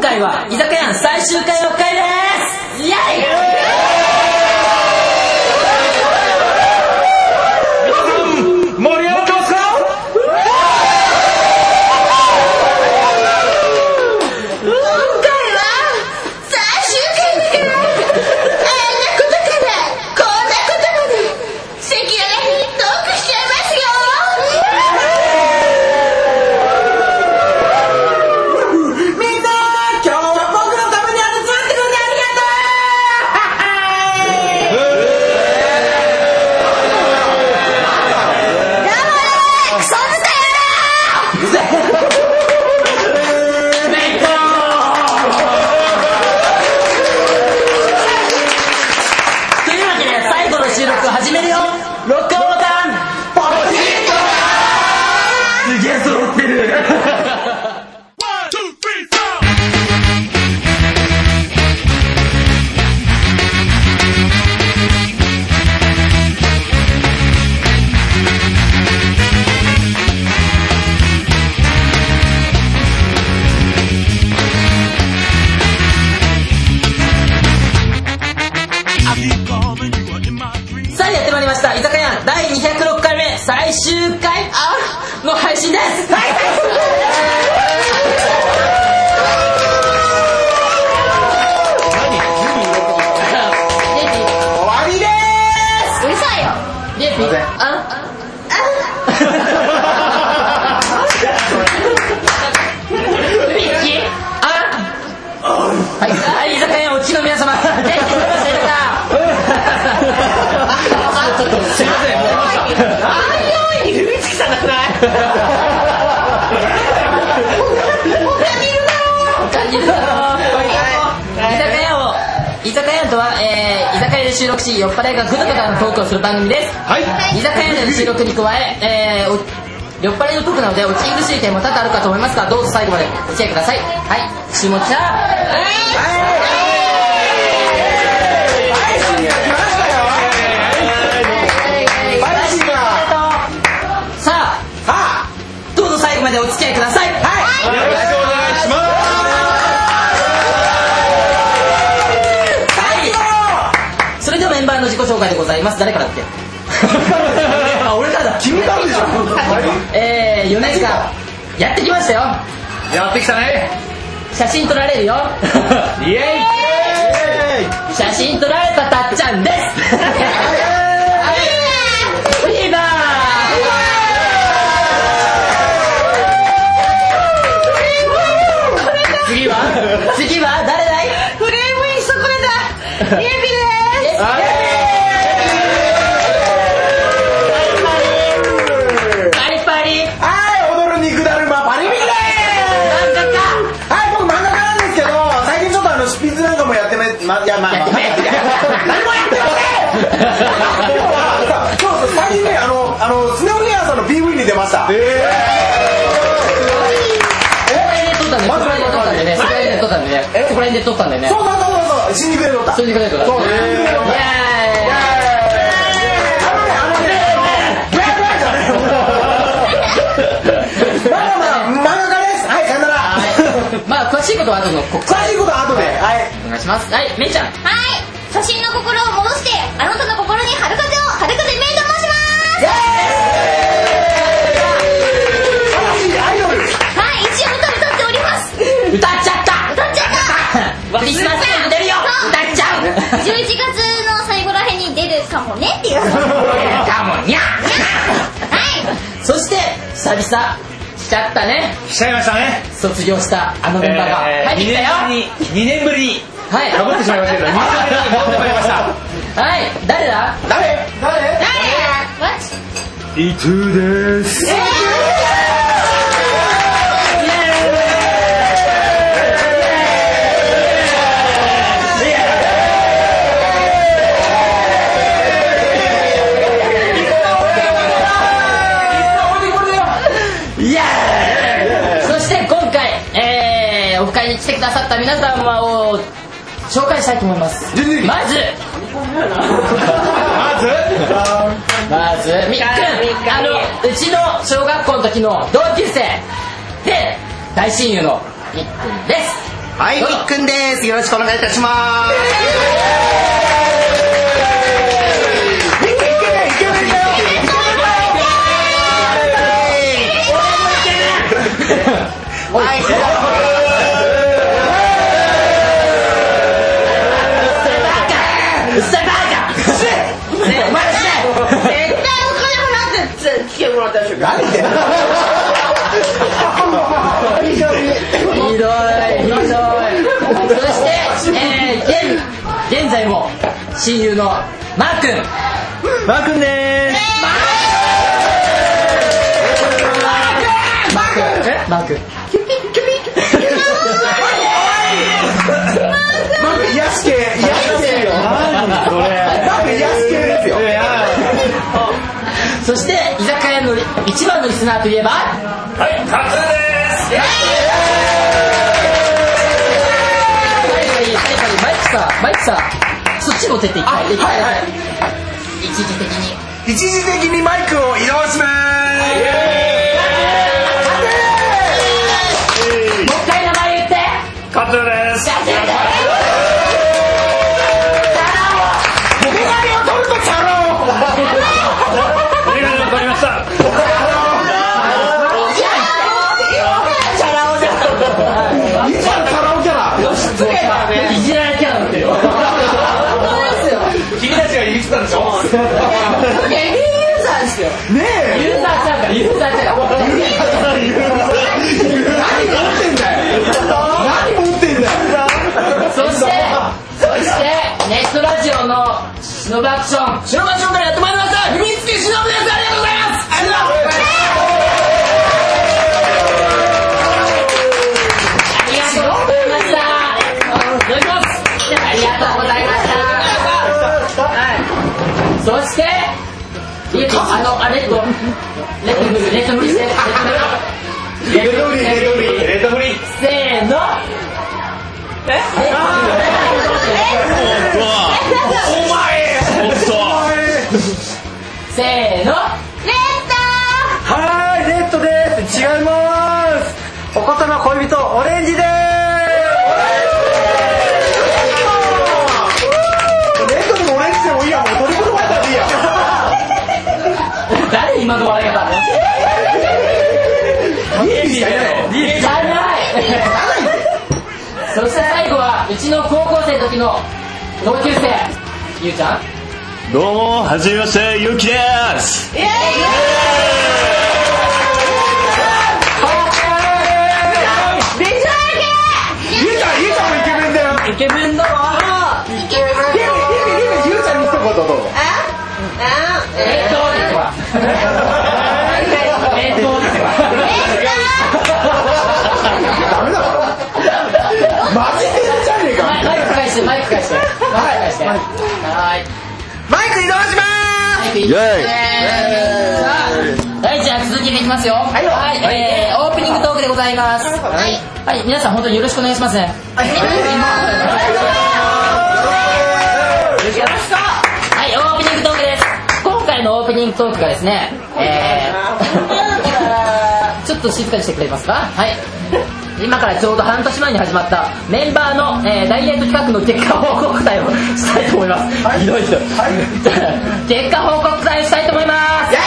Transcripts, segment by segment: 回は居酒屋最終回6回ですイエ皆さん盛り上がってますか今回は最終回だからあんなことからこんなことまで赤裸々にトークしちゃいますよーイみんな今日は僕のために集まってくれてありがとうどうもクソ使というわけで最後の収録を始めるよロッカーボタンポチッとすげえ揃ってる One, two, three, four. さあやってまいりました居酒屋第206回目最終回アウの配信ですはいえうるさいよはい、はい、居酒屋おちの皆様大丈夫でしたかすいません居酒屋を居酒屋とは、えー居酒屋で収録し酔っ払いがぐだぐだのトークをする番組です、はい居酒屋での収録に加ええーお酔っ払いのトークなので落ち苦しい点も多々あるかと思いますがどうぞ最後までお付き合いくださいはい注文者さあどうぞ最後までお付き合いくださいはいよろしくお願いしますはいそれではメンバーの自己紹介でございます誰から だっけあ俺からだ君なんでしょえー、4年間やってきましたよやってきたね写真撮られるよイエイイエー写真撮られたたっちゃんですフィーバー次は次は誰だいフレームインそこだエビですパリパリはい、踊る肉だるま、パリミキです漫画家はい、僕漫画家なんですけど、最近ちょっとあの、執筆なんかもやってめ、ま、いや、まあ、まあ、何もやって ません今日は、そうそう、最近ね、あの、あの、スネオリアさんの PV に出ました。そこら辺で撮ったんだよね。そこら辺で撮ったんだよね。そこら辺で撮ったんだよね。そこら辺で撮ったんだよねそう。そうそうそうそう、新宿で撮った。そういうことだ。そうイエあのね、あのね、ブラブラじゃないよまだまだ、漫画家です。はい、さよなーら。イまあ詳しいことは後のこ詳しいことは後で、はい。お願いします。はい、めいちゃん。はい初心の心を戻してあなたの心に春風を春風メイと申します新しいアイドはル。い一応歌歌っております歌っちゃった歌っちゃったリスナーさん出るよ歌っちゃう11月の最後らへんに出るかもねっていうはかもにゃい そして、久々、来ちゃったね。イしちゃいましたね卒業したあのメンバーが入ってきたよ。 2年ぶりにはい。かぶってしまいましたけど2年ぶりに戻ってまいりましたはい、誰だ誰誰誰わちイトゥーですイエーイそして今回、えー、オフ会に来てくださった皆様を紹介したいと思いますまずまずまずみっくんあのうちの小学校の時の同級生で大親友のみっくんですはいみっくんですよろしくお願いいたしますいけないいけないんだよはいそれではうっさいバカうっさいバカねえお前うっさ絶い対お金払ってつ来てもらったでしょうか何言ってんのひどいひどいそして、えー、現現在も親友のマー君マー君でーすえマー君なんか癒し系癒し系よ何そなれんか癒し系ですよいやそして居酒屋の一番のリスナーといえばはい、カツです最後に最後にマイクさんマイクさんそっち持ってっていただいてはいはい一時的に一時的にマイクを移動しまもう一回名前言ってカツですガチャガメガネを取りましたすいつもカラオケだチャいじられキャラなんだよ本当ですよ君たちが言ってたでしょヘビーユーザーですよねユーザーちゃんからユーザーちゃんからえ何持ってんだよ何持ってんだよそして、そして、ネットラジオのシノブアクション、シノブアクションからやってまいりました、秘密基地シノブです。ありがとうございます。ありがとうございます。ありがとうございました。いただきます。ありがとうございました。はい。そして、えっとあの、あれっと、レッドブル、レッドブルして、レッドブル、レッドブル、レッドフリーせーの。えうわお前せーレッのはーいレッドです違いますおことの恋人オレンジですレッドでもオレンジでもいいやもう取り込まれたらいいや誰今の笑い方いやいやじゃないそして最後はうちの高校生の時の同級生ゆうちゃんどうも、はじめまして、ゆうきですタビジュアゆうちゃんゆうちゃんもイケメンだよイケメンだわルゲーイケメンゆうゆうゆうゆうちゃんに一言どうああえっとですわえっとですわレッタダメだわマジでじゃねえかマイク返してマイク返してマイク返してはーいマイク移動しまマイクいイいェイはい、じゃあ続きでいきますよ。はい、えー、オープニングトークでございます。はい、はい、皆さん本当によろしくお願いしますね。はい、よろしく。はい、オープニングトークです。今回のオープニングトークがですね、えー、ちょっと静かにしてくれますかはい。今からちょうど半年前に始まったメンバーの、えーダイエット企画の結果報告会をしたいと思います。ひどいひどい。 結果報告会をしたいと思います。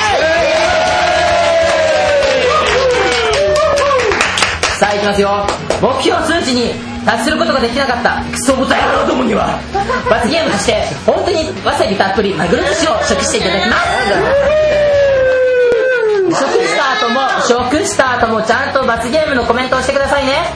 さあいきますよ目標数値に達することができなかったクソ豚野郎どもには罰ゲームとして本当にわさびたっぷりマグロ寿司を食していただきます食した後も食した後もちゃんと罰ゲームのコメントをしてくださいね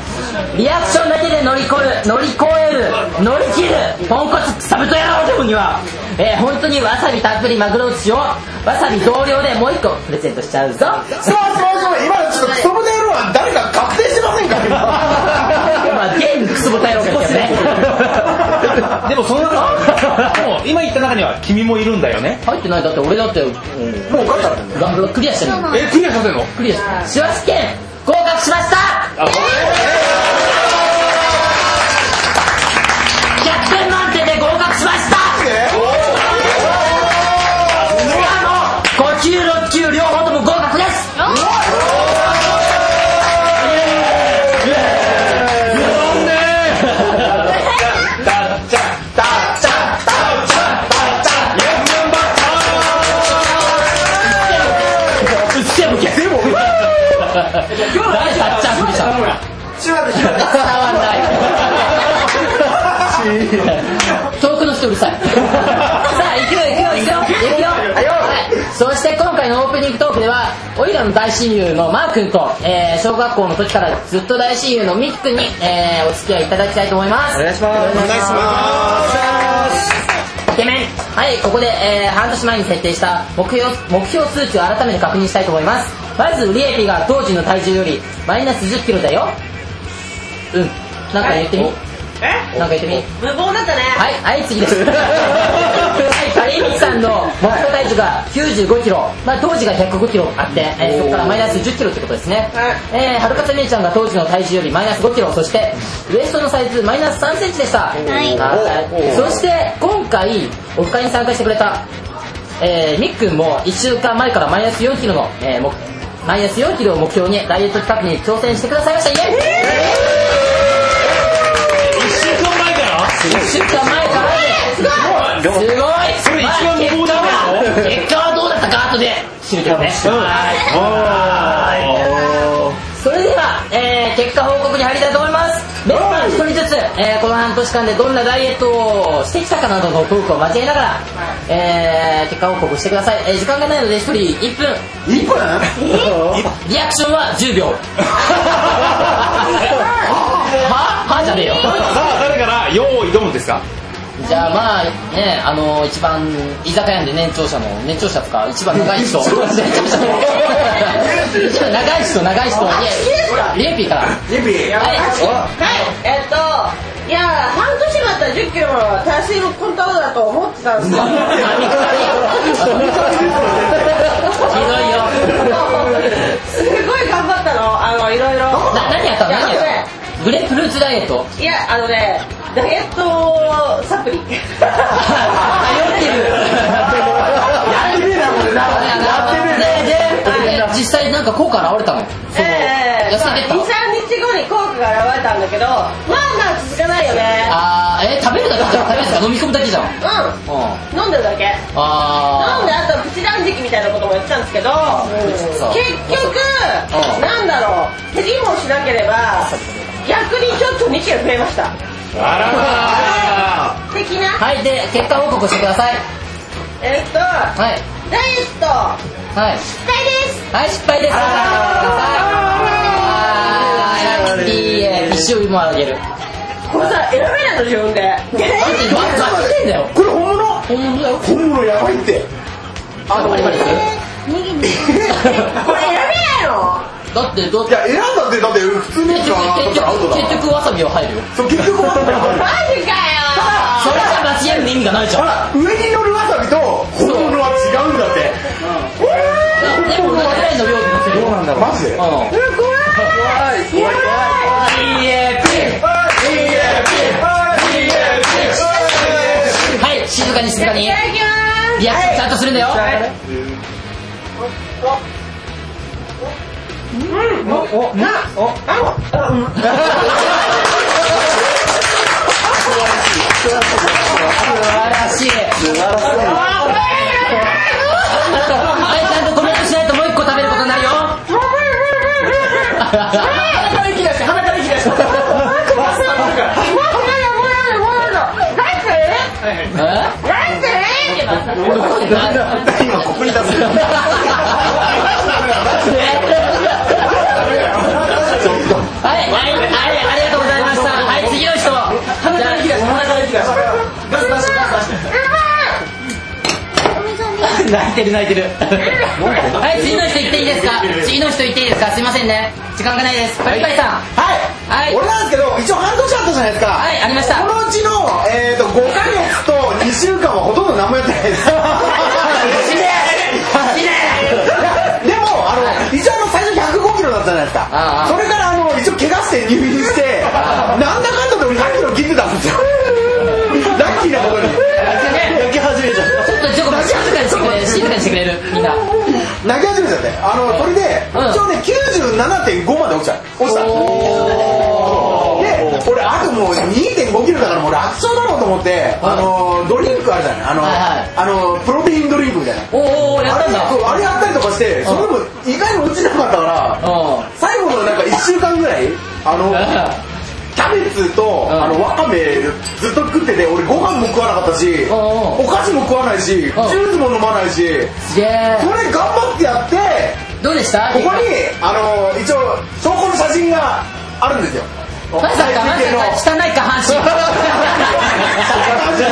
リアクションだけで乗り越える乗り越える乗り切るポンコツサブト野郎どもには、えー、本当にわさびたっぷりマグロ寿司をわさび同量でもう一個プレゼントしちゃうぞすさあすません今のちょっとクソブ野郎は誰か確定してませんか今まあ、ゲームクソ豚野郎ですよねでもその中にもう今言った中には君もいるんだよね入ってないだって俺だってもう分かったんだよがクリアしてるよえクリアさせるのクリアしてる試験合格しました逆点満点で合格しましたしかも5級6級両方とも合格です残念の大親友のマー君と、えー小学校の時からずっと大親友のミックに、えーお付き合いいただきたいと思います。お願いします。お願いします。イケメンはい、ここで、えー半年前に設定した目標目標数値を改めて確認したいと思います。まず、売り上げが当時の体重よりマイナス1 0キロだよ。うん。なんか言ってみ。えなんか言ってみ。無謀だったね。はい、はい、次です。はい、カリーミキさんの目標体重が95キロ、まあ、当時が105キロあって、えーそこからマイナス10キロってことですね。えー、はるかちゃん姉ちゃんが当時の体重よりマイナス5キロ、そして、ウエストのサイズマイナス3センチでした。いはいそして、今回、オフ会に参加してくれた、えー、みっくんも1週間前からマイナス4キロの、えー、もマイナス4キロを目標にダイエット企画に挑戦してくださいました。イエイ週間前から1週間前からですごいすごいそれ一番無謀だ結果はどうだったか後で知るけどねはいそれでは、えー結果報告に入りたいと思いますメンバー一人ずつ、えーこの半年間でどんなダイエットをしてきたかなどのトークを交えながら、えー結果報告してください、えー時間がないので1人1分一分あリアクションは10秒ははじゃねえよあ誰から用意挑むんですかじゃあまあねあの一番居酒屋で年長者の年長者とか一番長い人年長者の一番長い人長い人リエリエピーからリピははい、えっと、いや、半年前だったら10キロも達成のコントロールだと思ってたんですよ。いひどいよすごい頑張ったの、あの、いろいろ。な何やったの何いやったのグレープフルーツダイエットいや、あのね、ダイエットサプリ。頼ってるやってねえなこれなやってねえなでで実際なんか効果現れたのそのええ痩せてまあっ2、3日後に効果が現れたんだけど、まあまあ続かないよねた。あーえ食べるだけじゃん食べるだけ飲み込むだけじゃんうんうあん、飲んでるだけ。飲んでああとプチ断食みたいなこともやってたんですけど、そう結局うんなんだろう減りもしなければ逆にちょっと2キロ増えましたあらま的なはいで結果報告してくださいえっとダはいイエットはい失敗ですはい、失敗です。あーいいえ、一周もあげる。マこれさ選べないの自分でジマジしてんだよ。これ本物本物だよ。本物やばいってあ、バリバリする。これ選べないのだって、どういや選んだってだって普通のや結つかなと思っ局、たらアウトだ結局、結局わさびは入るよ。そう結局わさびがマジかそれよじゃ間違える意味がないじゃん。あら上に乗るわさびと本物は違うんだってでも、同じぐらいの量になってる。どうなんだろうマジでうん。うわ怖い怖い怖い DAP 哎はい、静かに静かに。いただきますリアクションちゃんとするんだよ。素晴らしい。はい、ちゃんとコメントしないともう一個食べることになるよ。鼻から息出して鼻から息出してえ今ここに出すよちょっとはい、はい、はい、ありがとうございました。はい、次の人。鼻から息出して鼻から息出して出す出して出し泣いててる泣いてる。はい、次の人行っていいですか。次の人行っていいですか。すいませんね。時間がないです。パリパリさん。はい、はい俺なんですけど一応半年あったじゃないですかはい、ありました。このうちの、えー、と5ヶ月と2週間はほとんど何もやってないです死ね死ねでもあの、一応あの最初105キロだったじゃないですかああそれからあの一応怪我して入院してなんだかんだで俺100キロ切ってたんですよラッキーなことに泣き始めちゃったちょっとちょっと静かにしてくれる。静かにしてくれる。みんな。泣き始めちゃってあのそれで、うん一応ね97.5まで落ちた落ちたで俺あともう2.5キロだからもう楽勝だろうと思って、あのドリンクあるじゃないあの、はいあのプロテインドリンクみたいなおーおー、やっあたんれだ。そうあれやったりとかしてそれでも意外に落ちなかったからうん。最後のなんか1週間ぐらいあのキャベツとんあのわかめずっと食ってて俺ご飯も食わなかったしんうんお菓子も食わないしジュースも飲まないしすげえ。それ頑張ってやってどうでしたここにあの一応証拠の写真があるんですよまさかまのさか汚い下半身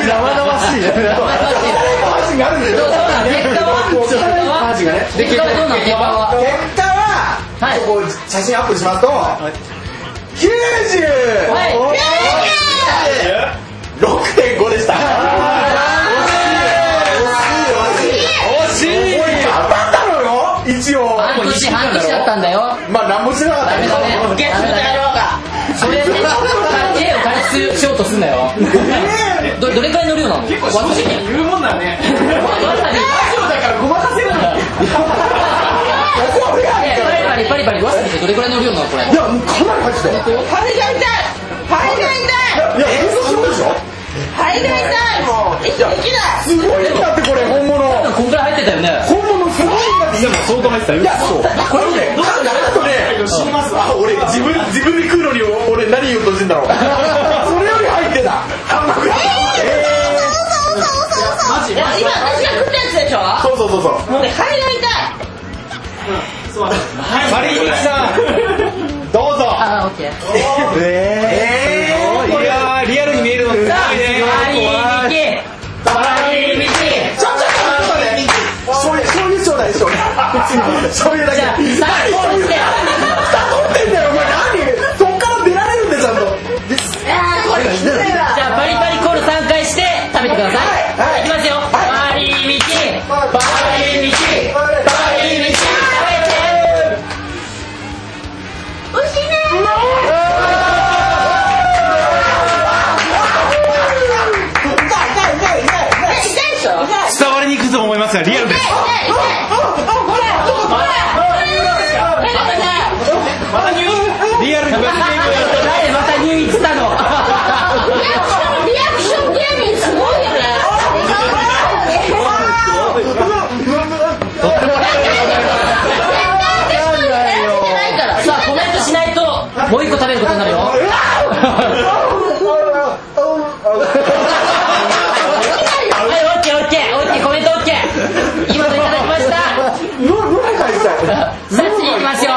生々しいね配信があるんですよそうそうなんです結果は結果結果は結はどうなの結果は果は、はいここ写真アップしますと、九十はい六点五でした。惜しい惜しい惜しい惜しい。当たったのよ一応。半年半年だったんだよまあ何もしてなかったダメけどだ。ねゲストの野 郎がそれで家を開発しようとすんなよねどどれくらいの量なの結構正直に言うもんだねわさび怒るやんねパリパリパリパリわさびってどれくらいの量なのこれいやもうかなり入ってたよ。パリが痛いパリが痛いいや嘘すごいでしょ。パリが痛いもう一撃だすごいんだってこれ本物。多分こんくらい入ってたよね本物すごいんだって。でも相当入ってたよいや、そう。これね、考えるとね、死にますわ。俺、自分、自分で食うのに、俺、何言おうとしてんだろう。それより入ってた。半額いや今私が食ったやつでしょそうそうそうそう。もうね肺が痛いマリーさんどうぞああオッケーえー、いやーリアルに見えるのすごいねパリミキパリミキちょ、ちょ、ちょ、ちょ、醤油、醤油ちょうだい、醤油。醤油だけ。じゃあ最後にして取ってんだよ、お前、何そっから出られるんで、ちゃんと。あーこれきついわじゃあパリパリコール3回して食べてください。はいはいきますよ。はパリミキ、パバリミキ、バパリミキ、食べて。美味しいね痛い痛いでしょ痛い伝わりにくいと思いますがリアルですリアルに見え誰また入院したの。さあコメントしないともう一個食べることになるよ。はいオッケーオッケーオッケーコメントオッケー。今のいただき ました。さあ次行きますよ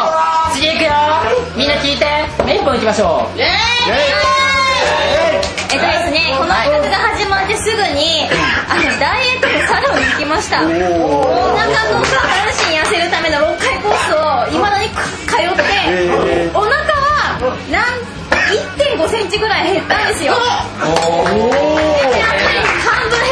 次行くよみんな聞いてメイポン行きましょうえっとですね、この企画が始まってすぐに、あの、ダイエットとサロンに行きました。お腹の下半身痩せるための6回コースを、いまだに通って、お腹は、なん、1.5センチぐらい減ったんですよ。でやっぱり半分減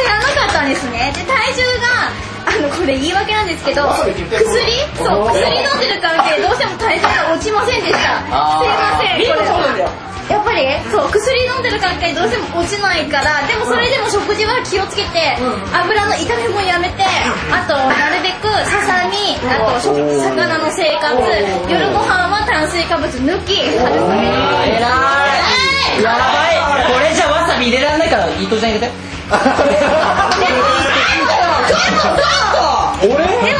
らなかったんですね。で、体重が、あの、これ言い訳なんですけど、薬そう、薬飲んでる関係でどうしても体重が落ちませんでした。あーすいません、これは。やっぱりそう薬飲んでる関係どうしても落ちないからでもそれでも食事は気をつけて、油の炒めもやめてあとなるべくささみあと食魚の生活夜ご飯は炭水化物抜き春偉雨いやばいこれじゃわさび入れられないから伊藤ちゃん入れ てでもね、体重がね、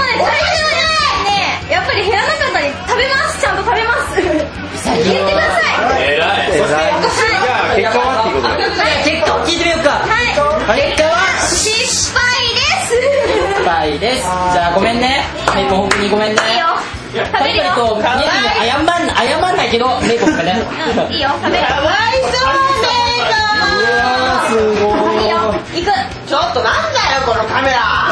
やっぱり減らなかったり、食べます、ちゃんと食べます。言ってください。 偉いるじゃあ結果はっていうことで結果を聞いてみようかはい、結果は失敗です。失敗ですじゃあごめんねメイポン本当にごめんねいいよ。食パべリるよパリ。とニエリに謝ん謝んないけどメイポンがねうん、いいよ、食べる。かわいそうねいいよ、行く。ーちょっとなんだよこのカメラ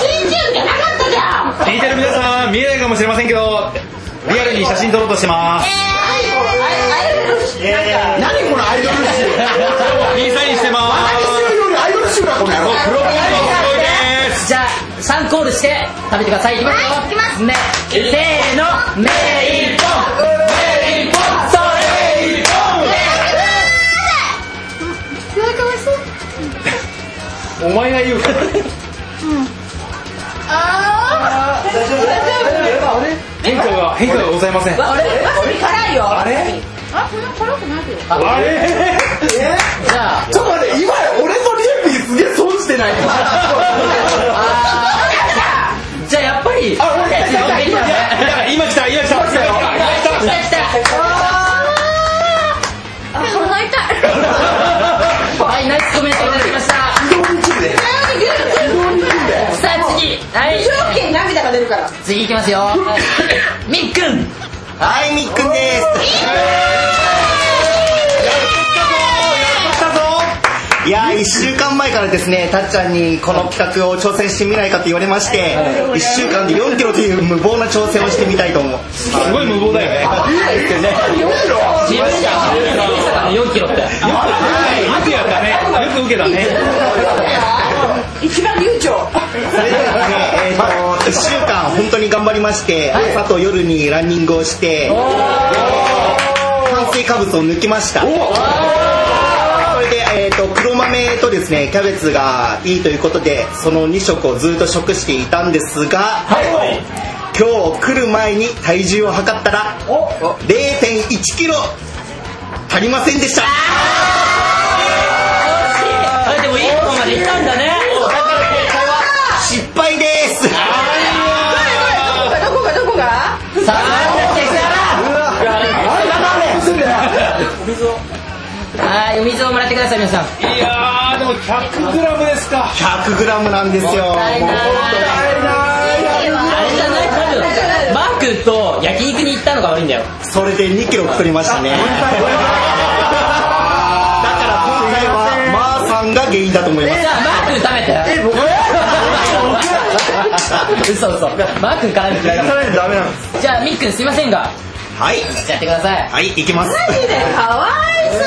チンチンじゃなかったじゃん聞いてる皆さん見えないかもしれませんけどリアルに写真撮ろうとしてます何このアイドル集。ピンサインしてまアイすドルよりアイドル集だ、この野郎。プロポーズの声ですじゃあ3コールして食べてくださいいきますよ、はいいきますね、せーのメイポンメイポンそれお前が言うから変化が変化がございませんあれ辛いよあれあれじゃあちょっと待って、今、俺とリエピーすげえ損してない。じゃあやっぱりあ俺いやいやいやだから今来た今来た来た来たあ、これ泣いた。はいナイスコメントいただきました非常に綺麗。さあ次はい条件涙が出るからいきますよみっくんはい、みっくんです。いやー、1週間前からですね、たっちゃんにこの企画を挑戦してみないかと言われまして、1週間で4キロという無謀な挑戦をしてみたいと思う。すごい無謀だよね自分では4キロってよくやったねよく受けたね一番流暢それでですね、えー、と1週間本当に頑張りまして、朝と夜にランニングをして、炭水化物を抜きました。それで、えー、と黒豆とですねキャベツがいいということでその2食をずっと食していたんですが、今日来る前に体重を測ったら0 1キロ足りませんでしたあれでもいいとこまで行ったんだね失敗ですどこがどこがどこがさあなんだっけさあはいお水をもらってください皆さんいやーでも 100g ですか 100g なんですよあれだあれじゃない多分マークと焼肉に行ったのが悪いんだよそれで2キロ太りましたね。だから今回はまーさんが原因だと思いまじす。ゃあマーク食べてえ僕嘘嘘マークからみたいないとダメなんですじゃあみっくんすいませんがはい、やってくださいはい、いきます。マジでかわいそう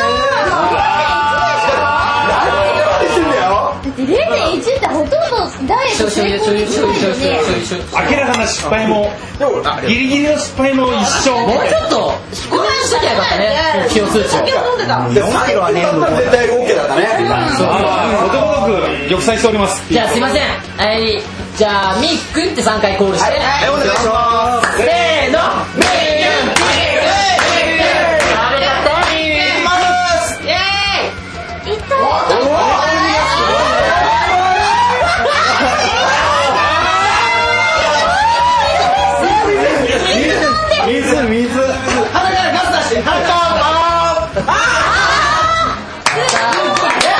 だって0.1ってほとんどダイエット醤成油功醤で油き醤な油醤油醤油いよね明らかな失敗もギリギリの失敗も一生もうちょっと低めにしときゃよかったね使用通知を酒を飲んでた4キロはね、だったら絶対 OK だったねあーことごとく玉砕しておりますじゃあすいませんはいじゃあみっくんって3回コールしてはい、お願いします。せーのみっいったー水水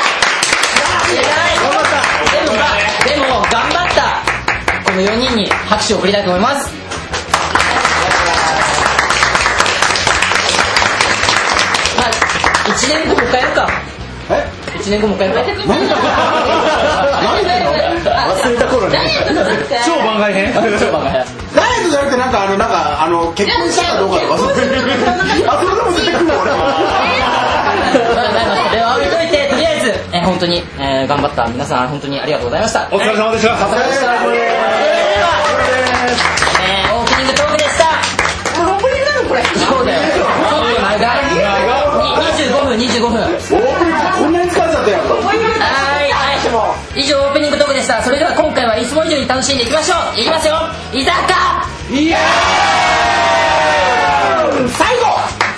くんでもでも頑張ったこの4人に拍手を送りたいと思いますまあ1年後もう一回やるかえ1年後もう一回やるか忘れた頃にダイエットじゃなくて超番外編 ダイエットじゃなくてなんかあのなんかあの結婚したかどうかとか忘れてるあそれでも出てくるわ俺まあまあまあでは置いといてとりあえず、えー本当に、えー頑張った皆さん本当にありがとうございましたお疲れ様でしたえーオープニングトークでしたもうオープニングなのこれそうだよちょっと長いに25分25分オープニングこんなに疲れちゃったやんこういうのはいはい以上オープニングトークでしたそれでは今回はいつも以上に楽しんでいきましょういきますよ居酒最後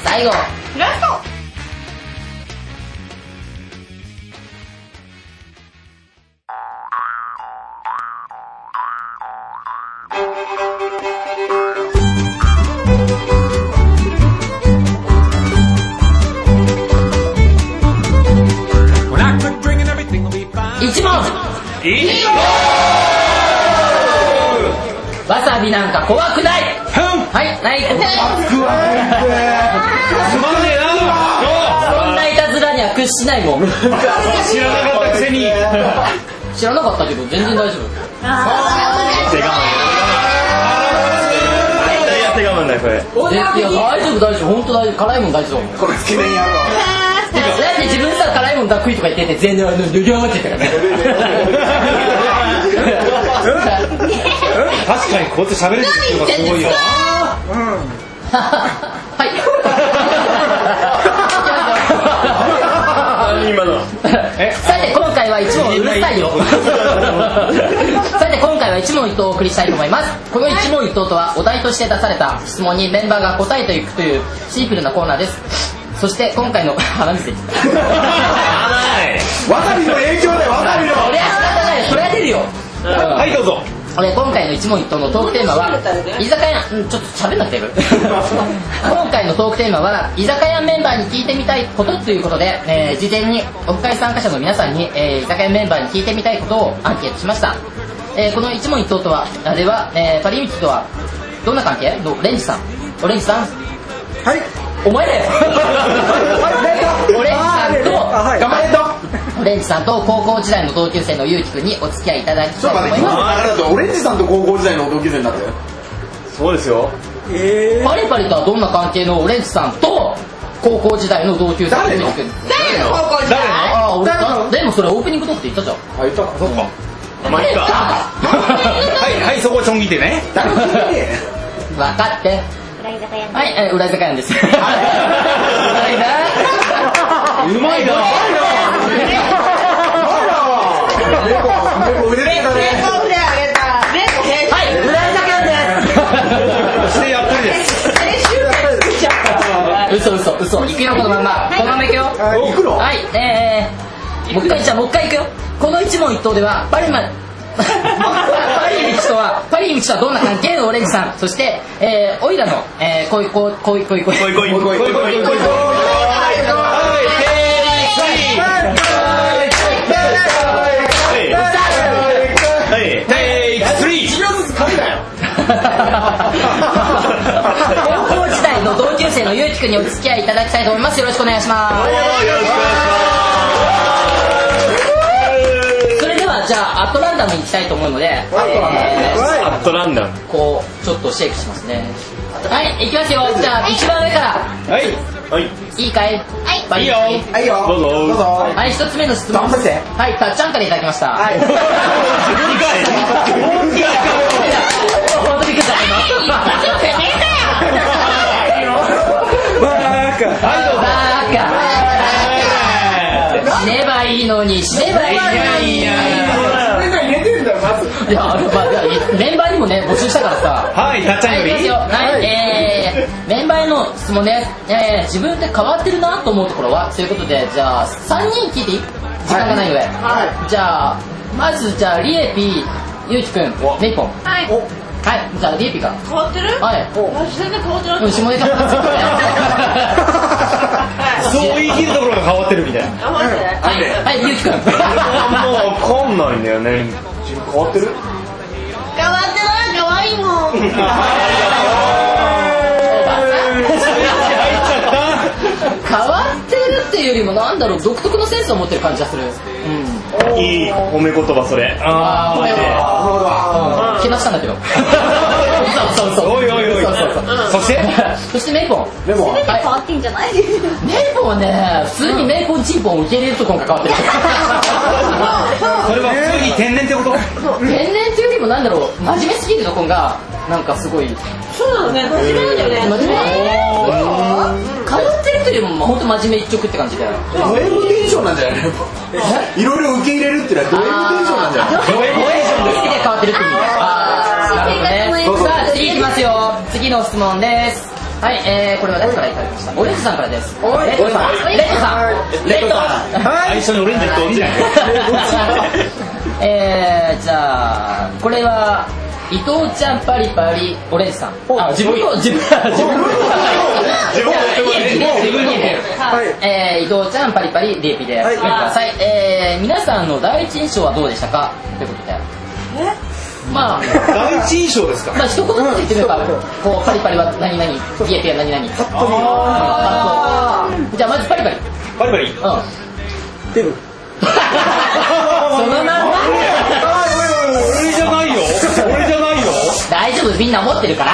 最後ラスト一問わさびなんか怖くないはいないつまんねえなそんないたずらには屈しないもん知らなかったくせに知らなかったけど全然大丈夫絶対やって我慢だよこれいや大丈夫大丈夫本当大丈夫辛いもん大丈夫だもんこれつけ麺やろだって自分さ辛いもんが食いとか言ってて全然あの塗り上がってたからね 確かにこうやって喋れてる人がすごいよはい今のさて今回は一問うるさいよさて今回は一問一答をお送りしたいと思いますこの一問一答とはお題として出された質問にメンバーが答えていくというシンプルなコーナーですそして今回の 鼻水できたわさびの影響だよわさびのそりゃ仕方ないよそりゃ出るよはいどうぞ俺今回の一問一答のトークテーマは居酒屋うんちょっと喋んなくて よ今回のトークテーマは居酒屋メンバーに聞いてみたいことということで、えー事前にオフ会参加者の皆さんに、えー居酒屋メンバーに聞いてみたいことをアンケートしましたえーこの一問一答とはあれは、えーパリミットとはどんな関係どレンジさんオレンジさんはいお前だよ オレンジさんと、あはい張れオレンジさんと高校時代の同級生のゆうきくんにお付き合いいただきちょたっいとと思い待って今のま流れだとオレンジさんと高校時代の同級生になってるそうですよ。すパリパリとはどんな関係のオレンジさんと高校時代の同級生のゆうきくん誰の高校時代ああ俺かでもそれオープニングトークで言ったじゃんあ言ったかそうかまあいいか。はいはいそこちょん切ってね 誰も聞いてね分かって裏居酒屋にはい、えー、裏居酒屋なんです。うまいな。うまいなえよ猫猫腕レだッねドであげたレッドではい、裏居酒屋してやってるですです。嘘嘘嘘。行くよこのまんま。このまま行くよ。あ行くのはい、えー、もう一回じゃあもう一回行くよ。この一問一答ではパリマパリミチとはパリミチとはどんな関係のオレンジさんそして、えー、オイラの、えー、恋恋恋こいこ恋恋いこいこいこいこいこい。はい。テイク3高校時代の同級生のゆうきくんにお付き合いいただきたいと思いますよろしくお願いしますそれではじゃあアトランダムに行きたいと思うので、えアットランダム。ーこうちょっとシェイクしますねはい行きますよじゃあ一番上からはいはい。いいかいはいバリバリはいよどうぞどうぞはい一つ目の質問頑張ってはいたっちゃんからいただきましたはい本自分かい。当にびっくりした バーカ死ねばいいのに死ねばいいのにそれが入れてんだよまずい や、あれまあメンバーにもね、募集したからさ。はいたっちゃんはよい、いきますりよ。はい、えー、メンバーへの質問です。えー、自分で変わってるなと思うところはということで、じゃあ、3人聞いていい時間がないので。はじゃあ、まず、じゃあ、リエピ、ゆうきくん、メイポン。はいはい、じゃあ、リエピが。変わってるはい。私全然変わってなうん下ネタ話してるねそう言い切るところが変わってるみたいなあマジで はい、はい、ゆうきくん。もうわかんないんだよね。変わってる変わってない可愛いもん 変わってるっていうよりも、なんだろう、独特のセンスを持ってる感じがする。うん。いい褒め言葉それ。あー、これは。怪我したんだけど。そうそうそう。おいおいおいそうそうそうそしてそしてメイポン。でも全て変わってんじゃないメイポンはね、普通にメイポンチンポンを受け入れるところが変わってる。それは普通に天然ってこと天然というよりもなんだろう、真面目すぎるとこが、なんかすごい。そうなのね真面目な真んだよね面目なの通ってるというよりも、本当真面目一直って感じだよ。ド M テンションなんじゃないいろいろ受け入れるってのはド M テンションなんじゃないド M 意味で変わってるって意味。あーなるほどねさあ、次いきますよ。次の質問です。はい、えー、これは誰からいただきましたオレンジさんからです。レッドさん。レッドさん。レッドさん。最初にオレンジって落ちない。 えー、じゃあこれは伊藤ちゃんパリパリオレンジさんあ自分の自分自分の自分の自分のえー、伊藤ちゃんパリパリリエピでやってください、えー、皆さんの第一印象はどうでしたかということでまあ第一印象ですかまあ一言ずつ言ってみようかこうパリパリは何々リエピは何々あーじゃあまずパリパ リバリバリうん。そのまんま俺じゃないよ俺じゃないよ大丈夫、みんな持ってるから。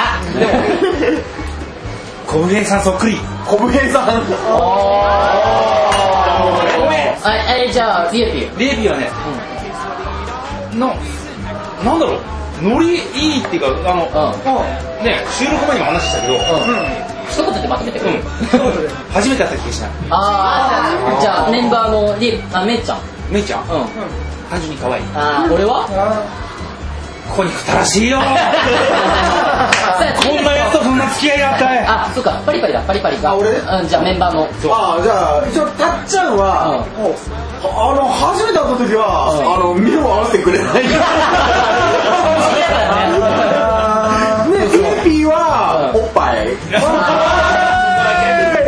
小暮さんそっくり小平さんはい、えーじゃあ、リエピー。リエビはね、ななんだろうノリいいっていうかあの、ね収録前にも話したけど、一言でまとめてくうんる。 初めて会った気がしないあー、じゃあ、メンバーのリエ、あ、めいちゃん。うめいちゃんん。単純に可愛いあー、俺 はここに来たらしいよさあ次こんなやつとそんな付き合いがあったねあ、そっか、パリパリだ、パリパリが。あ俺うん、じゃあメンバーの。ああじゃあ一応たっちゃんは、うもうあの初めて会った時は、うんあの目を合わせてくれないねフィリピンは、うんおっぱい、え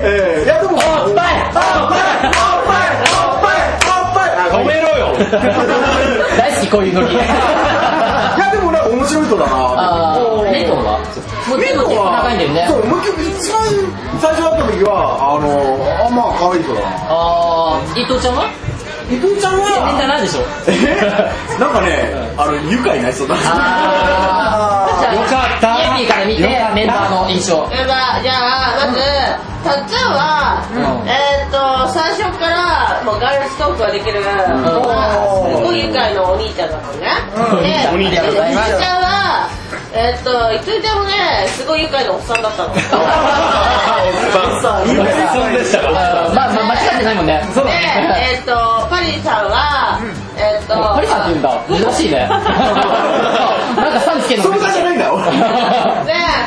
えいやでもおっおっぱいぱいおっぱいおっぱい止めろよ大好き、こういうのに。トだなあーレントンはもう全部手長いんだよねそうもう一回一番最初会った時はあのあまあ可愛い人だなああ伊藤ちゃんは伊藤ちゃん全然はないでしょえなんかねあの愉快な人だなあーじゃあよかったイエピーから見てよかったメンバーの印象やばじゃあまずタッツーは、うんえーっと最初からもうガールストークができる、まあすごい愉快なお兄ちゃんだもんね、でお兄ちゃんでございます伊藤ちゃんはえーっと伊藤ちゃんもねすごい愉快なおっさんだった のさおじさんでしたかあーまあまあ間違ってないもんねそうで、えーっとパリさんは、えーっとパリさんって言うんだ珍しい ねなんかさんつけんのそれだじゃないんだよで、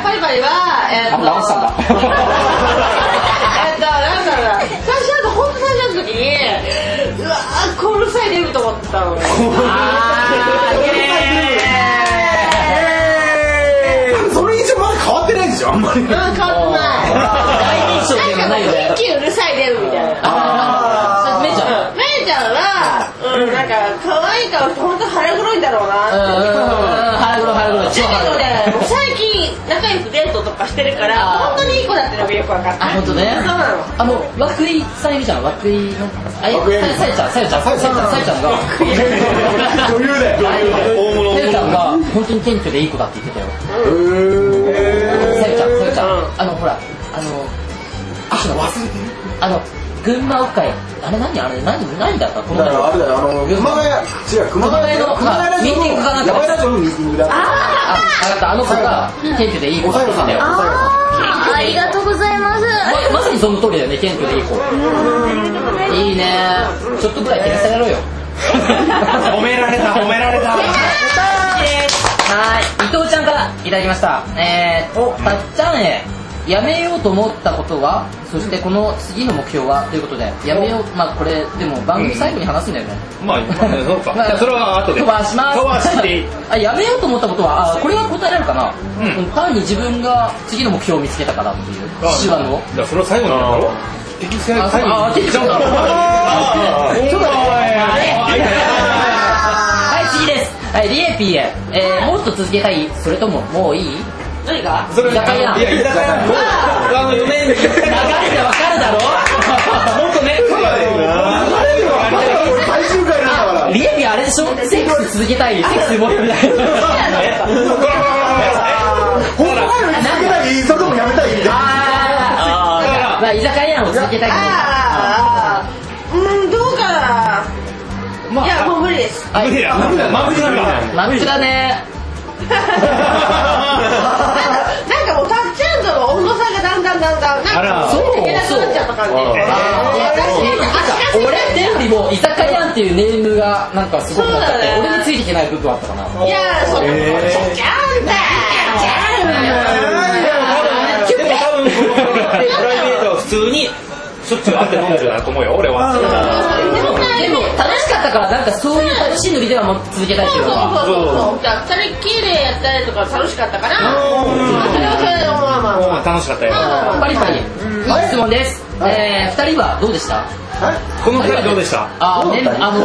パリパリは、えー、あっと、直したんだえっと、なんだろうな、最初なんか本当最初の時に、うわー、コールサイン出ると思ってたの。あーイエそれ以上まだ変わってないでしょあんまりうん、変わってない。大印象ではないよねなんかキンキンうるさい出るみたいな。ーイめいちゃんうん、めいちゃんは、うん、なんか、可愛い顔して本当腹黒いんだろううんうんうんうんなって。腹黒い腹黒いだけ超ど腹ね黒い、最近仲良くデートとかしてるから、本当にいい子だってのがよく分かった。あ、本当ねそうなの。あの、涌井さゆりちゃん、涌井の、あ、涌井さゆちゃん、さゆちゃん、さゆちゃん、さゆちゃんが、余裕で余裕で大物さゆちゃんが、本当に謙虚でいい子だって言ってたよ。さゆちゃん、さゆちゃん、あの、ほら、あの、あの、忘れてるあの、群馬オフ会、あれ何あれ何何だったこのだからあれだよあの要するに熊谷違う熊谷の熊谷ラジオミーティングかなんかヤバいラジオのミーティングだったあ、あなた、あの子が、謙虚でいい子おださって言よってさたんだよよ。おさよさんあーありがとうございますままさにその通りだよね、謙虚でいい子。いいねちょっとぐらい照らしてやろうよ。褒められた褒められたはい、伊藤ちゃんからいただきました。えー、お、たっちゃんへ。やめようと思ったことは、そしてこの次の目標はということで、やめよう、まあこれ、でも番組最後に話すんだよね。まあそうかじゃあそれは後で飛ばします。飛ばしていいあ、やめようと思ったことは、あ、これは答えられるかな。うん、単に自分が次の目標を見つけたからっていう、手話の。じゃあそれは最後なんだろ結局最後あ、そうあ、結局ちだ。ょっとはい、次です。はい、リエピーへ。えー、もっと続けたいそれとも、もういい何がそれ居酒屋いや居酒屋もうあの4年に流れでわかるだろ もっとね流れるわまだ俺最終回なんだから リエピーあれでしょセックス続けたい、セックスもうやめた い。本当だよ続けたいそれともやめたいみたいなあーだからまあ居酒屋を続けたいけどああ、うん、どうかな。いや、もう無理です。はい無理だ無理だマブなんだマッチだねなんか、なんかもう、タッチアンドの温度差がだんだんだんだん、あなんらか、そう、いけなくなっちゃった感じ。俺ってよりも居酒屋っていうネームがなんかすごくなっちゃってそうだね俺についていけない部分あったかないや、そんなことない、ちっちゃんだでも多分このプライベートは普通にしょっちゅう会って飲んでるなと思うよ俺はでもでも楽しかったからなんかそういう楽しいノリではもう続けたいっていうそうのはそうそうそう。じゃあ、二人っきりでやったりとか楽しかったから、それはそれで、まあまあまあ。まあ楽しかったよパリパリいい質問ですえー、2人はどうでしたこの2人どうでしたあーメンあの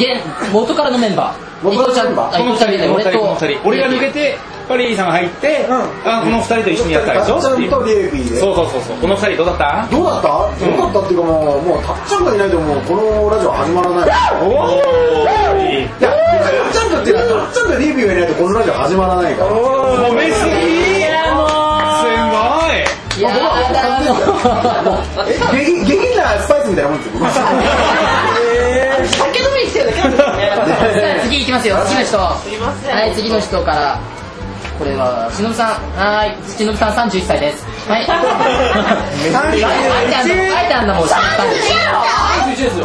現元からのメンバー伊藤ちゃんあ伊藤ちゃんねこの俺二人とこの二人俺が抜けてパリーさんが入って、うんあこの二人と一緒にやったでしょたっちゃんとリエビーでそうそうそうそうこの二人どうだったどうだったどうだったっていうかもうもうたっちゃんがいないともうこのラジオ始まらないおおいいいやたっちゃんとっていうかたっちゃんとリエビーがいないとこのラジオ始まらないから褒めすぎやもすいやーもうえ下品下品なスパイスみたいなもんですよ酒飲みに来てるだけなんですよね。さあ次いきますよ次の人すいません。はい次の人からこれはしのぶさんはーいしのぶさん31歳ですはいあいてあんだあいてあんだもうしのぶさ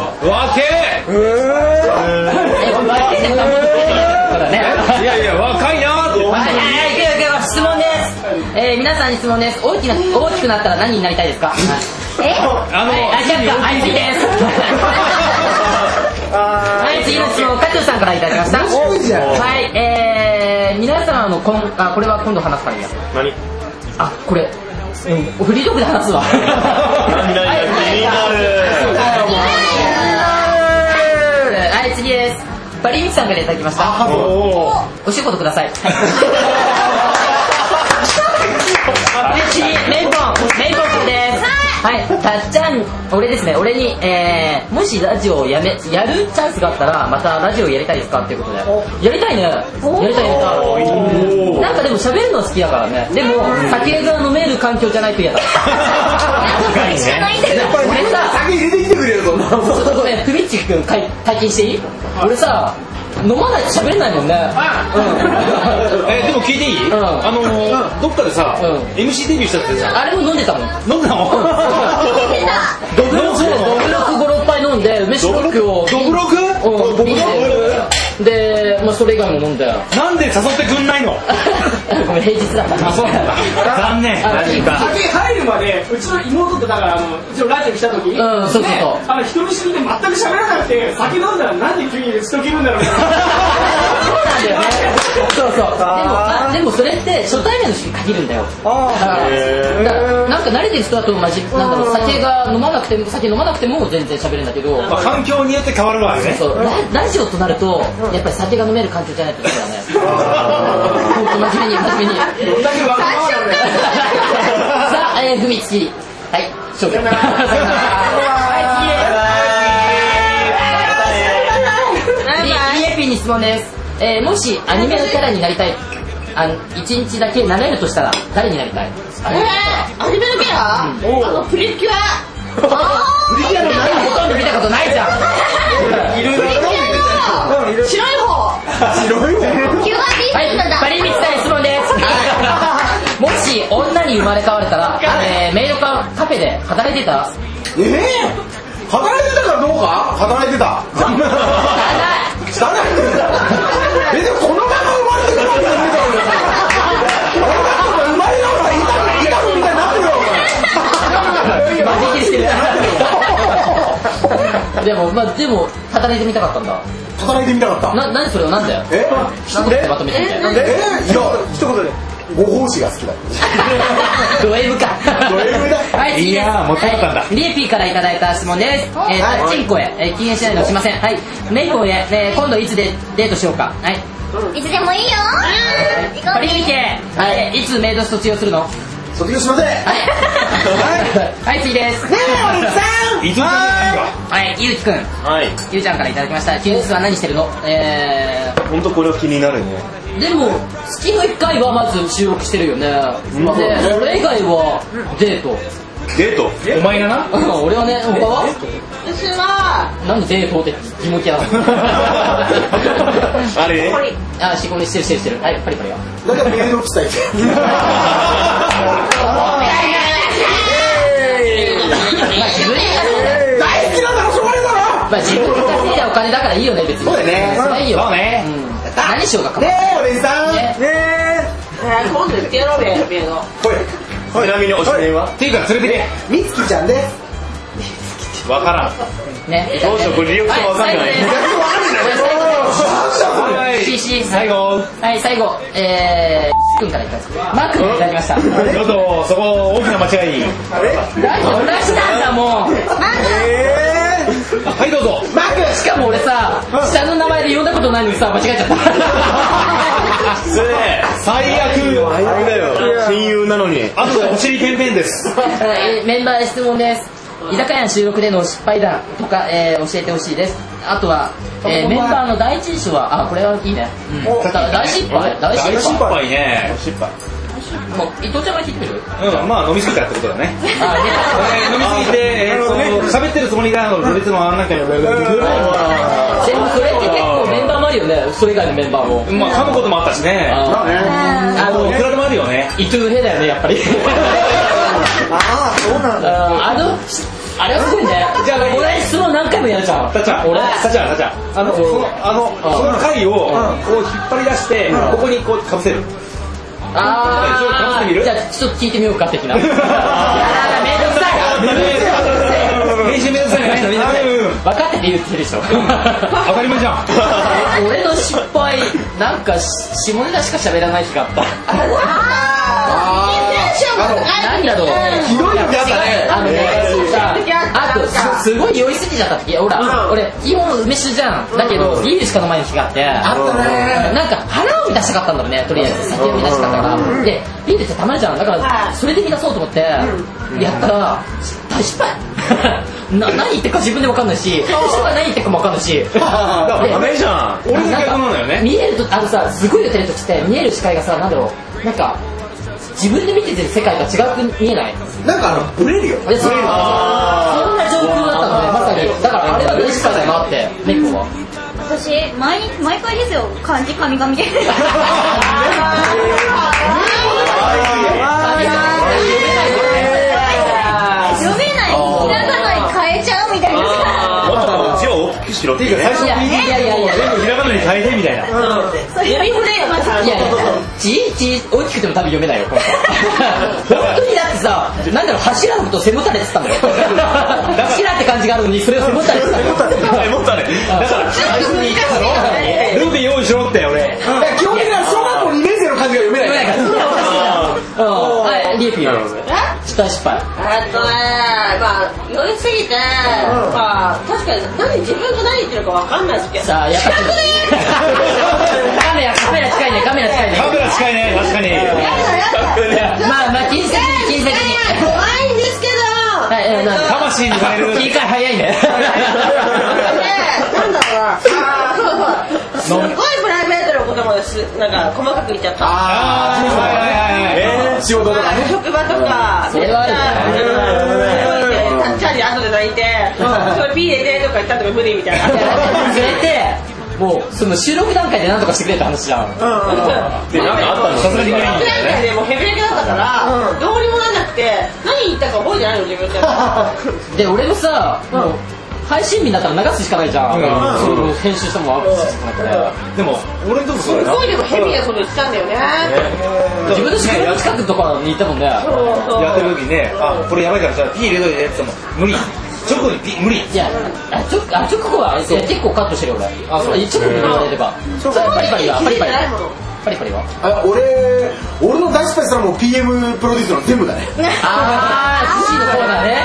んごいわけえ若いねそうだねいやいや若いなーってはいはいはい行くよ行くよ質問ですえー皆さんに質問です大きな大きくなったら何になりたいですかえあの、はい、大丈夫かはい、次です。はい、次の質問、カトゥーさんからいただきました。白いじゃんはい、えー、皆様のこん、あ、これは今度話すからいいや。何あ、これ、うん、フリートークで話すわ。何々はい気になるはいはいはいはい次です。バリミキさんからいただきましたお仕事くだ さい次メイポンメイポン君ですはいたっちゃん俺ですね俺に、えー、もしラジオをやめやるチャンスがあったらまたラジオやりたいですかっていうことでやりたいねやりたいやりたいなんかでも喋るの好きだからねでも酒が飲める環境じゃないと嫌だ酒しかないんだけどやっぱり俺さ酒入れてきてくれるぞちょっとごめん、クビッチ君かい体験していい俺さ、飲まないと喋れないもんね。うんえでも聞いていい、んあのーどっかでさ、うん MC デビューしたってさあれも飲んでたもん。飲んだ のドブロック、ドブロック五六杯飲んで、梅酒ロックを。ドブロクうん、瓶で。で、まあそれ以外も飲んだよ。なんで誘ってくんないのごめん、平日だから。そうなんだ残念あマジか酒入るまでうちの妹とだからあのうちのラジオ来た時うんそうそうそうねあの人見知りで全く喋らなくて酒飲んだらなんで急にうちと気分だろうみたいなそうなんだよね。そうそう。でも、あでもそれって初対面の人に限るんだよ。だからだからなんか慣れてる人だと、まじ、なんだろう、酒が飲まなくても、酒飲まなくても全然喋れるんだけど。まあ 環境によって変わるわねそうララジオとなるとやっぱり酒が飲める環境じゃないとダメだね本当真面目に真面目にさあ、えー、グミ付きはい勝負はい EAP に質問です、えー、もしアニメのキャラになりたいあの1日だけなれるとしたら誰になりたいあれえー、アニメのキャラ、あのプリキュアあほとんど見たことないじゃんープリキュアの白い方キュアビはいストだ、パリミツさん質問です。もし女に生まれ変われたら、えー、メイドカカフェで働いてたええ働いてたからどうか働いてた汚い別にこのまま生まれてくるわけじゃねえだろうよ俺が生まれながら痛く痛くみたいになってるよマジ切りして る。でも、まあ、でも、働いてみたかったんだ。お前働いてみたかったな、何それをなんだよ。え一言でまとめてみたいな。えいや一言でご奉仕が好きだド M か。ド M だ はい、次いです。やーもったいなかったはいリエピーからいただいた質問です。えー、タッチンコへ、えー禁煙しないのしません。はい、メイコへ、えー今度いつでデートしようか。はい。いつでもいいよパリミケ、はい、いつメイド卒業するの卒業しませんはい、次です。いつもじゃはい、ゆうきくん。ないかゆうちゃんからいただきました。休日は何してるのえ本当これは気になるねー、でも、月の1回はまず収録してるよね。で、それ以外はデート。 デートはいお前が なうん俺はね、他は私はなんでデートって気持ちやあれこれあ、しこねしてるしてるしてる。はい、パリパリは。だからメイドしたいまあ自分で大好きなんだろしょうがねえだろまあ自分で稼いだお金だからいいよね、別に。そうだね。それはいいよ。そうねうん何しようかかも。ねえおじさんねええー今度言ってやろうべメイドほいちなみにおしめはっていうか連れてみつきちゃんですけわからんね。どうしようこれ理由がわかんないはい最後ですはいはい最後最後です CC はい、最後、えー、くんからいただきました。マー君いただきました。ちょっとそこ大きな間違いラジオ出したんだもん。ええはいどうぞマー君しかも俺さ、下の名前で呼んだことないのにさ、間違えちゃった。 それ最悪あれだよ親友なのにあとでお尻ペンペンですえーメンバーへ質問です。居酒屋の収録での失敗談とか、えー教えてほしいです。あとは、えーメンバーの第一印象は、あ、これはいいね。うん、だ大失敗大失敗失敗ねもう、伊藤ちゃんが聞いてみるうんまあ飲みすぎたってことだねあ、えー飲みすぎてえーその喋ってるつもりがろれつも合わなきゃ ね。でもそれって結構メンバーもあるよね。それ以外のメンバーも。まあ噛むこともあったしねああのいくらでもあるよねー、伊藤ヘだよね、やっぱ り。ああそうなんだあの、あれはすごいね。じゃあ、俺質問何回もやるじゃん。たっちゃん、俺俺、たっちゃん、たっちゃん。あの、その、あの、その回を、こう引っ張り出して、ここにこうかぶせる。あちょっと試してみー、るじゃあ、ちょっと聞いてみようか、的 な。あー、めんどくさい。練習目指せないの、みんな。分分かってて言ってる でしょ。かりま じゃん。俺の失敗、なんか、し下ネタしか喋らない日があった。あなんだろう。ひどいのやったねあのね、さ、あくすすごい酔いすぎちゃった時ほら俺基本梅酒じゃんだけどビールしか飲まない日があってあったねなんか腹を満たしたかったんだろうねとりあえず酒を満たしたかったからでビールってたまるじゃんだからそれで満たそうと思ってやったら大失敗 な何言ってるか自分で分かんないし人が何言ってるかも分かんないしダメじゃん俺の逆なんだよね見えるとあのさすごい寄ってる時って見える視界がさなんだろうなんか自分で見ててる世界が違うく見えないなんかあのブレるよいやそれそんな状況だったのねまさにだからあれは嬉しかったなって猫は私毎日毎回ですよ漢字神々で読めないひらがなに変えちゃうみたいなもっと字を大きくしろっていうねいやいやいやいや全部ひらがなに変えてみたいなそういうのでまいやいや、ちいちい大きくても多分読めないよ、 この人本当にだってさ、なんだろう、柱のことを背もたれって言ってたんだよ。柱って感じがあるのに、それを背もたれって言ってたんだよ。もっとあれだからルービー用意しろって俺いや基本的には小学校2年生の漢字が読めな読いめないから。うんはい、リーフィー。失敗失敗。えっとねまあ酔いすぎて、まあ確かに何自分が何言ってるかわかんないですけどさあ、やっぱ り。カメラ、カメラ近いね、カメラ近いね。カメラ近いね確かにまあまあ、金銭的に、金銭的に。怖いんですけどはい、えーなんか魂に変える切り替え早いね。でなんだろうなあーそうそうすっごいプライベートのことまですなんか細かく言っちゃったあーはいはいはいはい仕事とかね職場とか、それはあるうんチャージ後で泣いて、それピー入れてとか言ったとか無理みたいな。連れて、もう、その収録段階で何とかしてくれって話じゃん。でなんかあったのさすがにないんだよねでもうヘベレケだったから、どうにもなんなくて何言ったか覚えてないの自分でで俺もさ、もう配信日になったら流すしかないじゃん、その編集したもんアップするしかなくて、でも俺のとこそれすなごいでもヘビなこと言ってたんだよね自分の仕事の近くとかにいたもんねそうそうやってる時にねあこれやばいからじゃあピー入れといてって言っても無理直後にピー無理いやあちょあ直後はあれで結構カットしてるよ俺あそう直後に言われればそれパリパリはパリパリはパリパリはあ俺俺の大失敗したのも PM プロデュースの全部だねああ寿司のコーナーね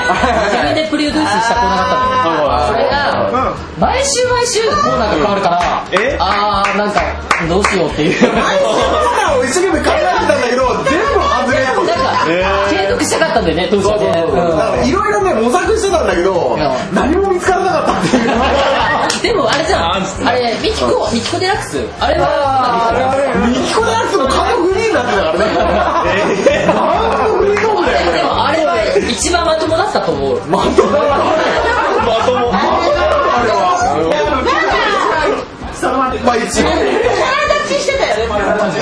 自分でプロデュースしたコーナーだったのよそれが毎週毎週コーナーが変わるからえああなんかどうしようっていう毎週コーナーを一生懸命考えてたんだけど全部外れなんか継続したかったんだよね当時はねうんたいろいろね模索してたんだけどん何も見つからなかったっていうでもあれじゃあーん、あれ、ミキコ、ミキコデラックス、あれは、ミキコであっても顔フリーになってたからね顔フリーかあもだよれでもあれは一番まともだったと思う。まともだなまともあれはまあ一応腹立ちしてたよね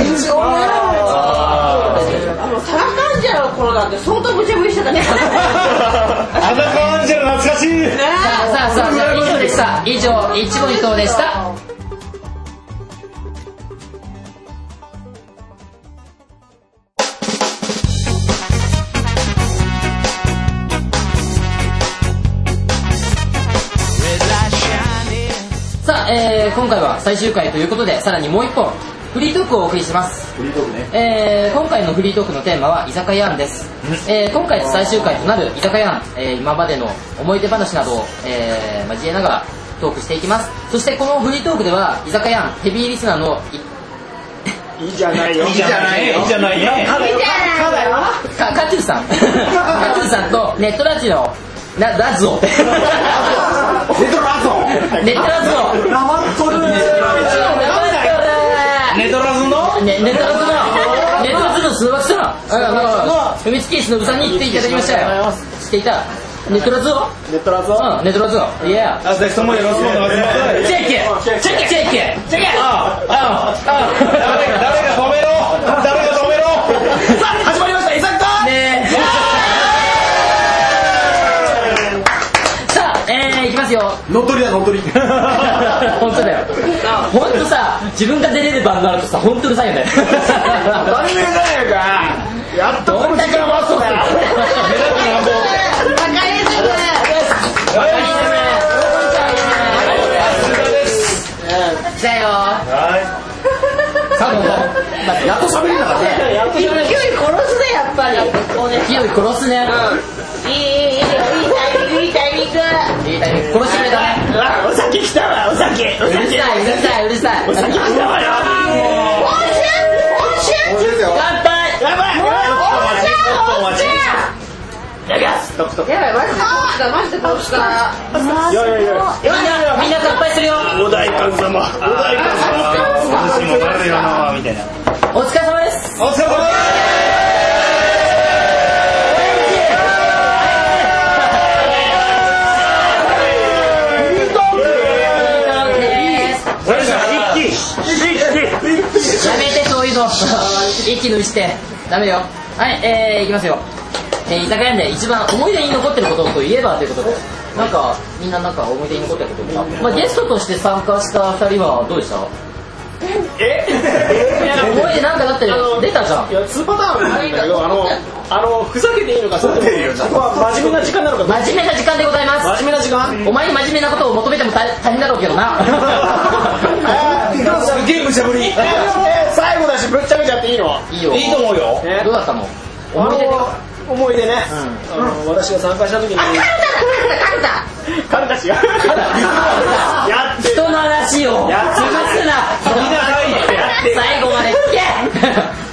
一応あのサラカンジャの頃なんて相当無茶ぶりしてたねね あな感じの懐かしいさあさあさあ、じゃあ以上でした。以上、一問一答でした。さあ、えー、今回は最終回ということでさらにもう一本フリートークをお送りしますフリートークね、えー、今回のフリートークのテーマは居酒屋案です、えー、今回最終回となる居酒屋案、えー、今までの思い出話などを、えー、交えながらトークしていきますそしてこのフリートークでは居酒屋案ヘビーリスナーのいいいじゃないよいいじゃないねいいじゃないねかカチューさん カチューさんとネットラジオなラズ オネトラゾネットラズオラマットルネトラズのね、ネタの妻、ネタの妻の数学さん、あの、海月しのぶさんに行っていただきましたよ。していた。ネトラズオネトラゾうん、ネトラズオ。いや。あぜひともよろしくお願いしますチェッケチェッケチェッケチェッケああ、あ誰か誰か止めろ誰か止めろ始まりましたイサクあ。ねえ。さあ、えー、いきますよ。乗っ取りだ乗っ取り本当だよ。本当さ、自分が出れるバンドあるとさ、本当うるさいよね。当たり前じゃないかやっとこの時間はそうだよ来たよさあどうぞだってやっと喋れなかった勢い殺すねやっぱりこうね勢い殺すねいいいいいいタイミングいいタイミング殺してくれたねお酒来たわお酒おうる酒さいうるさいうるさいお酒来たわよ美味しいですよ乾杯やばいやばいやばいマジで倒すだマジで倒すだあーすごいみんなみんな乾杯するよお代官様お代官様私も悪いよなみたいなお疲れ様ですお疲れ様やめてそういうの息抜いしてダメだよはいえー、いきますよ、えー、居酒屋で一番思い出に残ってることといえばということでなんかみんななんか思い出に残ってることとか、まあ、ゲストとして参加した二人はどうでしたえ思い出なんかだって出たじゃんいや2パターンあるんだけどあのあのふざけていいのかそれとも真面目な時間なのか真面目な時間でございます真面目な時間お前に真面目なことを求めても大大変だろうけどなすげえ無茶ぶりえ最後だしぶっちゃけちゃっていいのいいよいいと思うよねどうだったの思あい出での思い出ね、あの私が参加した時にカルタ氏がやって人の話をやつすな見なさいってやって最後まで聞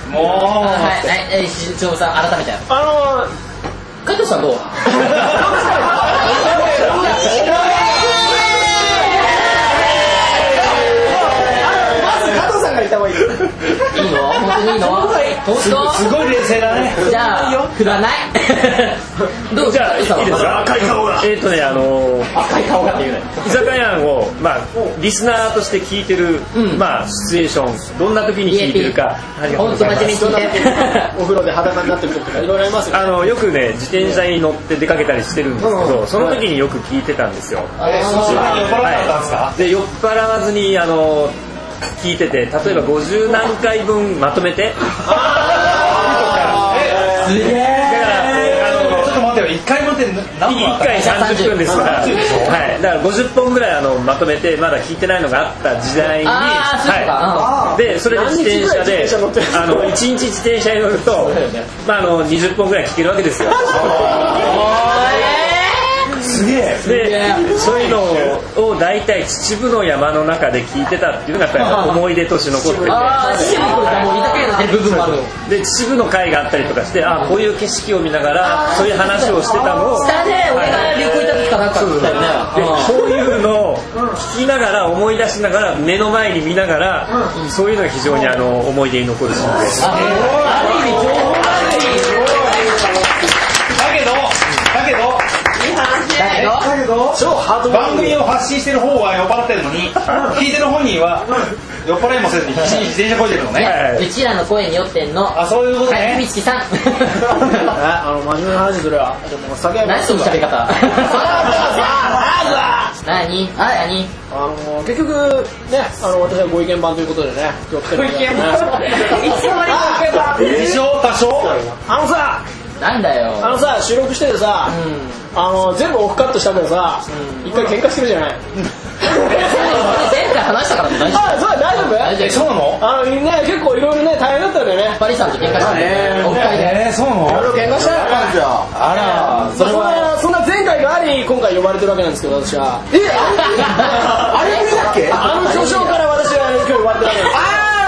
けもうはい、はい、えー、ししょうさん、改めて。あ加藤さんどうのまず加藤さんがいた方がいいよいいの本当にいいの本すごい冷静だね当じゃあ、振らない どうじゃあ、いいです赤い顔がえっとねあのー赤い顔が言うね居酒屋を、まあ、リスナーとして聞いてる、うんまあ、シチュエーションどんな時に聞いてるかありがと本うご当ざ真い面ま目にす聞いて。お風呂で裸になってる時とかいろいろありますよあのよくね自転車に乗って出かけたりしてるんですけどその時によく聞いてたんですよあの酔っ払ったんですかで酔っ払わずにあの聞いてて例えば50何回分まとめえてすげだかえ。らあのちょっと待ってよ一回待って何本あっ1た回30分ですから、 30でしょはい、だから50本ぐらいあのまとめてまだ聞いてないのがあった時代に、あーそういうことかはい、でそれで自転車で何日ぐらい自転車乗ってるんですかあの1日自転車に乗ると、まあ、あの20本ぐらい聞けるわけですよすげえでそういうのを大体秩父の山の中で聞いてたっていうのがやっぱり思い出として残っててあー、シンプルだ。もう、痛くなってる部分もあるよ。で秩父の会があったりとかしてあこういう景色を見ながらそういう話をしてたのを下で、俺が旅行行った時かなんか来たよね。でうんこういうのを聞きながら思い出しながら目の前に見ながらそういうのが非常にあの思い出に残るシーンですあある意味、情報ある意味。だけどだけどだけど、だけど超ハート番組を発信してる方は酔っ払ってるのに聞いてる本人は酔っ払いもせずに必死に自転車こいでるのねはうちらの声に酔ってんの。あそういうことはい、ゆみねちきさん。あの真面目な話するわでもお酒は何その喋り方。あ何何の結局ねあの私はご意見番ということでねご意見自称多少あのさなんだよ。あのさ収録しててさあの全部オフカットしたんだけどさ一回喧嘩してるじゃない前回話したからって大丈あそうだ大丈夫夫大丈そう夫なのあのみんな結構いろいろね大変だったんだよねパリさんと喧嘩してねオフ会で。えーそうなの喧嘩したよなんですよあらそんなそんな前回があり今回呼ばれてるわけなんですけど私はえあれあれだっけあの巨匠から私は今日呼ばれてるわけです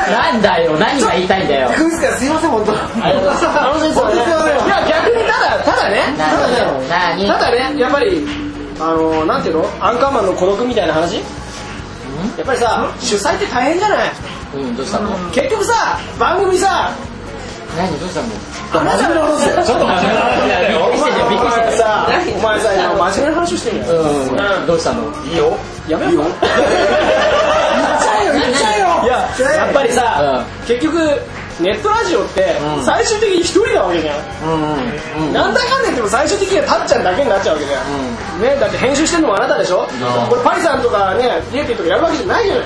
なんだよ、何が言いたいんだよ。クイズですいません本当あの先生はねいや逆にただただねただ何ねただねやっぱりあのなんていうのアンカーマンの孤独みたいな話やっぱりさ主催って大変じゃないうん、どうしたの結局さ番組さ何、どうしたのあなたの話だよちょっと真面目な話だよびっくりしてるよ、びっくりしてるお前よ。さお前さ今真面目な話をしてるようん、どうしたのいいよやめろよ言っちゃえよ言っちゃえよいややっぱりさ、結局ネットラジオって最終的に一人なわけじゃん、なんだかんだ言っても最終的にはたっちゃんだけになっちゃうわけじゃん、ね、だって編集してるのもあなたでしょ、これパリさんとかねリエピーとかやるわけじゃないじゃない、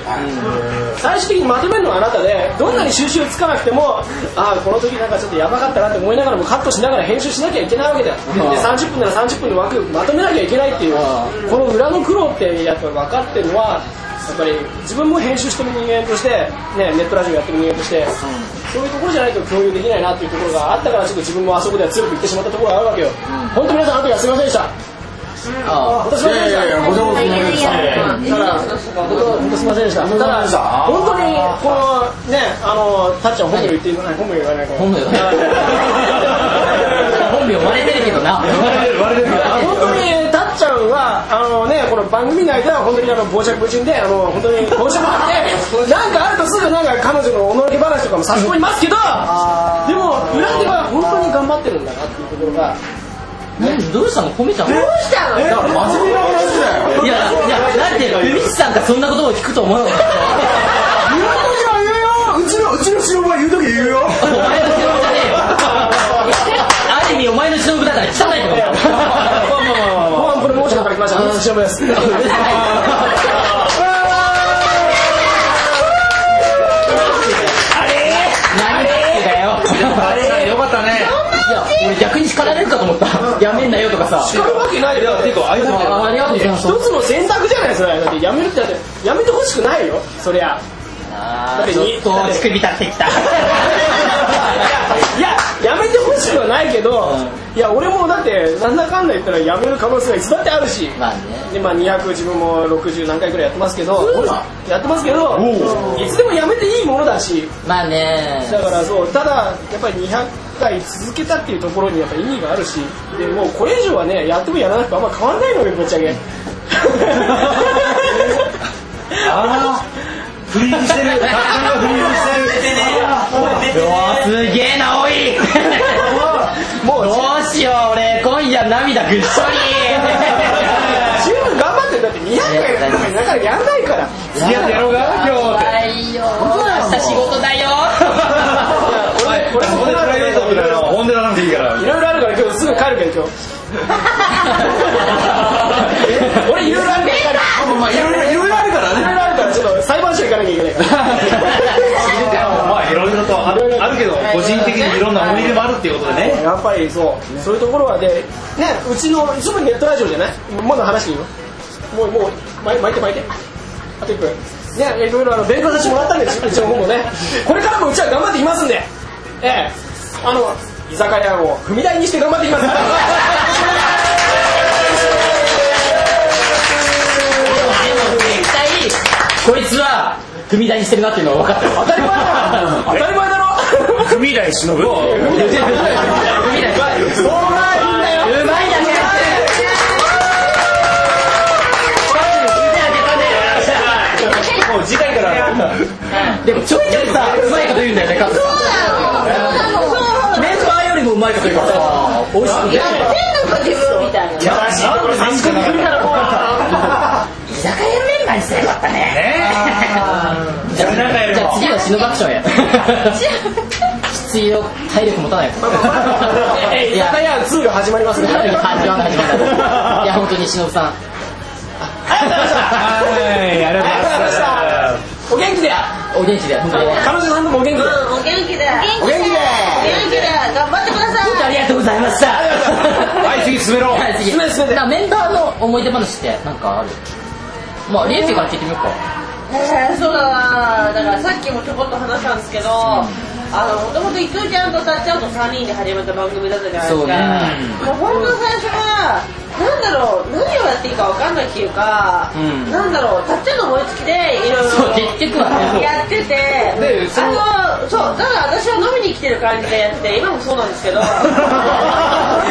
最終的にまとめるのはあなたでどんなに収集つかなくてもああこの時なんかちょっとやばかったなって思いながらもカットしながら編集しなきゃいけないわけだよ、で30分なら30分の枠まとめなきゃいけないっていう、この裏の苦労ってやっぱり分かってるのはやっぱり自分も編集してる人間として、ね、ネットラジオやってる人間として、そういうところじゃないと共有できないなっていうところがあったからちょっと自分もあそこでは強く言ってしまったところがあるわけよ、本当皆さんあの時はすいませんでしたです私はいやいやいやごちゃごちゃになりましたただ本当本当すみませんでした。た当だすいませんでした本当にこのねあのタッちゃん本名言っていかない本名言わない本名言わない本名割れてるけどな割れてる本当にタッちゃんはあのねこの番組内では本当にあの傍若無人であの本当にどうしようもなくてなんかあるとすぐなんか彼女のおのろけ話とかも差し込みますけどでも裏では本当に頑張ってるんだなっていうところが。何どうしたの褒めたのしたのえだから真面目な話だよいやいやだってミチさんがそんなことを聞くと思わなかった言う時は言うようちのうちの白は言う時言うよお前の忍じゃねえよある意味お前の忍だから汚いけどまあこれもうちょっと書きました。しです。何が好きだよあれよかったねいや俺逆に叱られるかと思ったやめんなよとかさ叱るわけないよ。結構あいつもありがとうございます一つの選択じゃないですか。だってやめるってだってやめてほしくないよ。そ りゃ。あーちょっと乳首立ってきたいややめてほしくはないけど、いや俺もだってなんだかんだ言ったらやめる可能性がいつだってあるし。まあねでまあ200自分も60何回くらいやってますけど、やってますけど、いつでもやめていいものだし。まあねだからそうただやっぱり200回続けたっていうところにやっぱ意味があるしでもうこれ以上はねやってもやらなくてもあんま変わんないのよぶっち ゃけあーフリーズしてるタッちゃんがフリーズしてるうわすげえなおいもうどうしよう俺今夜涙ぐっし ょり十分頑張ってるだって200回やってもなかなかやんな いから付き合ってやろうか今日いよ明日仕事 だよ俺俺もプライベートみたいな本音だなんていいからいろいろあるから今日すぐ帰るけど今日俺いろいろあるからあまあいろいろいろいろあるからいろいろあるからちょっと裁判所行かなきゃいけな いからまあいろいろとあるあるけど個人的にいろんな思い出もあるっていうことでねやっぱりそう、そういうところはで、ね、うちの、いつもネットラジオじゃないまだ話していいよ。もう、もう、巻い巻いて巻いて。あと1分。ね、いろいろあの勉強させてもらったんで、情報もね。これからもうちは頑張っていきますんで、ええ、あの、居酒屋を踏み台にして頑張ってい きますから。絶対こいつは踏み台にしてるなっていうのは分かった当たり前だろ当たり前だろ踏み台忍ぶ踏み台そうなんだようまいだねもう次回からでもちょいちょいさうまいこと言うんだよねカズメンバーよりもうまいこと言うからさ美味しくて居酒屋のメンバーにすればよかったねじゃあじゃあ次はシノバクションや 必要体力持たない もんええ居酒屋2が始まりますね。始まらない始まら ないいや本当に忍さんはいありがとうございましたお元気でお元気で本当に彼女さんともお元気でお元気でお元気で元気で頑張ってくださいありがとうございましたはい次進めろはい次進め進めなメンバーの思い出話ってなんかあるまあリエティから聞いてみようかえーそうだなだからさっきもちょこっと話したんですけど、あのもともと伊藤ちゃんとたっちゃんと3人で始めた番組だったじゃないですかもう本当最初はなんだろう何をやっていいか分かんないっていうか、うんなんだろうたっちゃんの思いつきでいろいろ そう結局はねやっててでそのあのそうただ私は飲みに来てる感じでやって今もそうなん ですけど今も変わ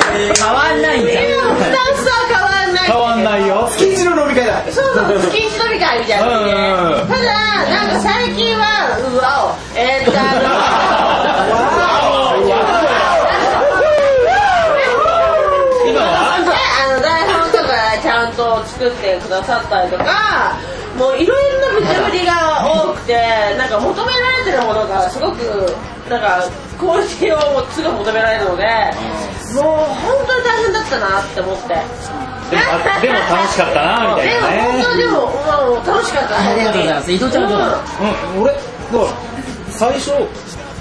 んないんだスタンスは変わんない変わんないよ月一の飲み会だそうそう、月一飲み会みたいなので、うんうんうんただ、なんか最近は、うわお、えーっと、あの、今であの台本とかちゃんと作ってくださったりとか、もういろいろな無茶ぶりが多くて、なんか求められてるものがすごく、なんか、クオリティをすぐ求められるので、もう本当に大変だったなって思って。でもあでも楽しかったなみたいでも本当なにねでも、まあ、楽しかった。ありがとうございます伊藤ちゃんはどうだったうん俺だから最初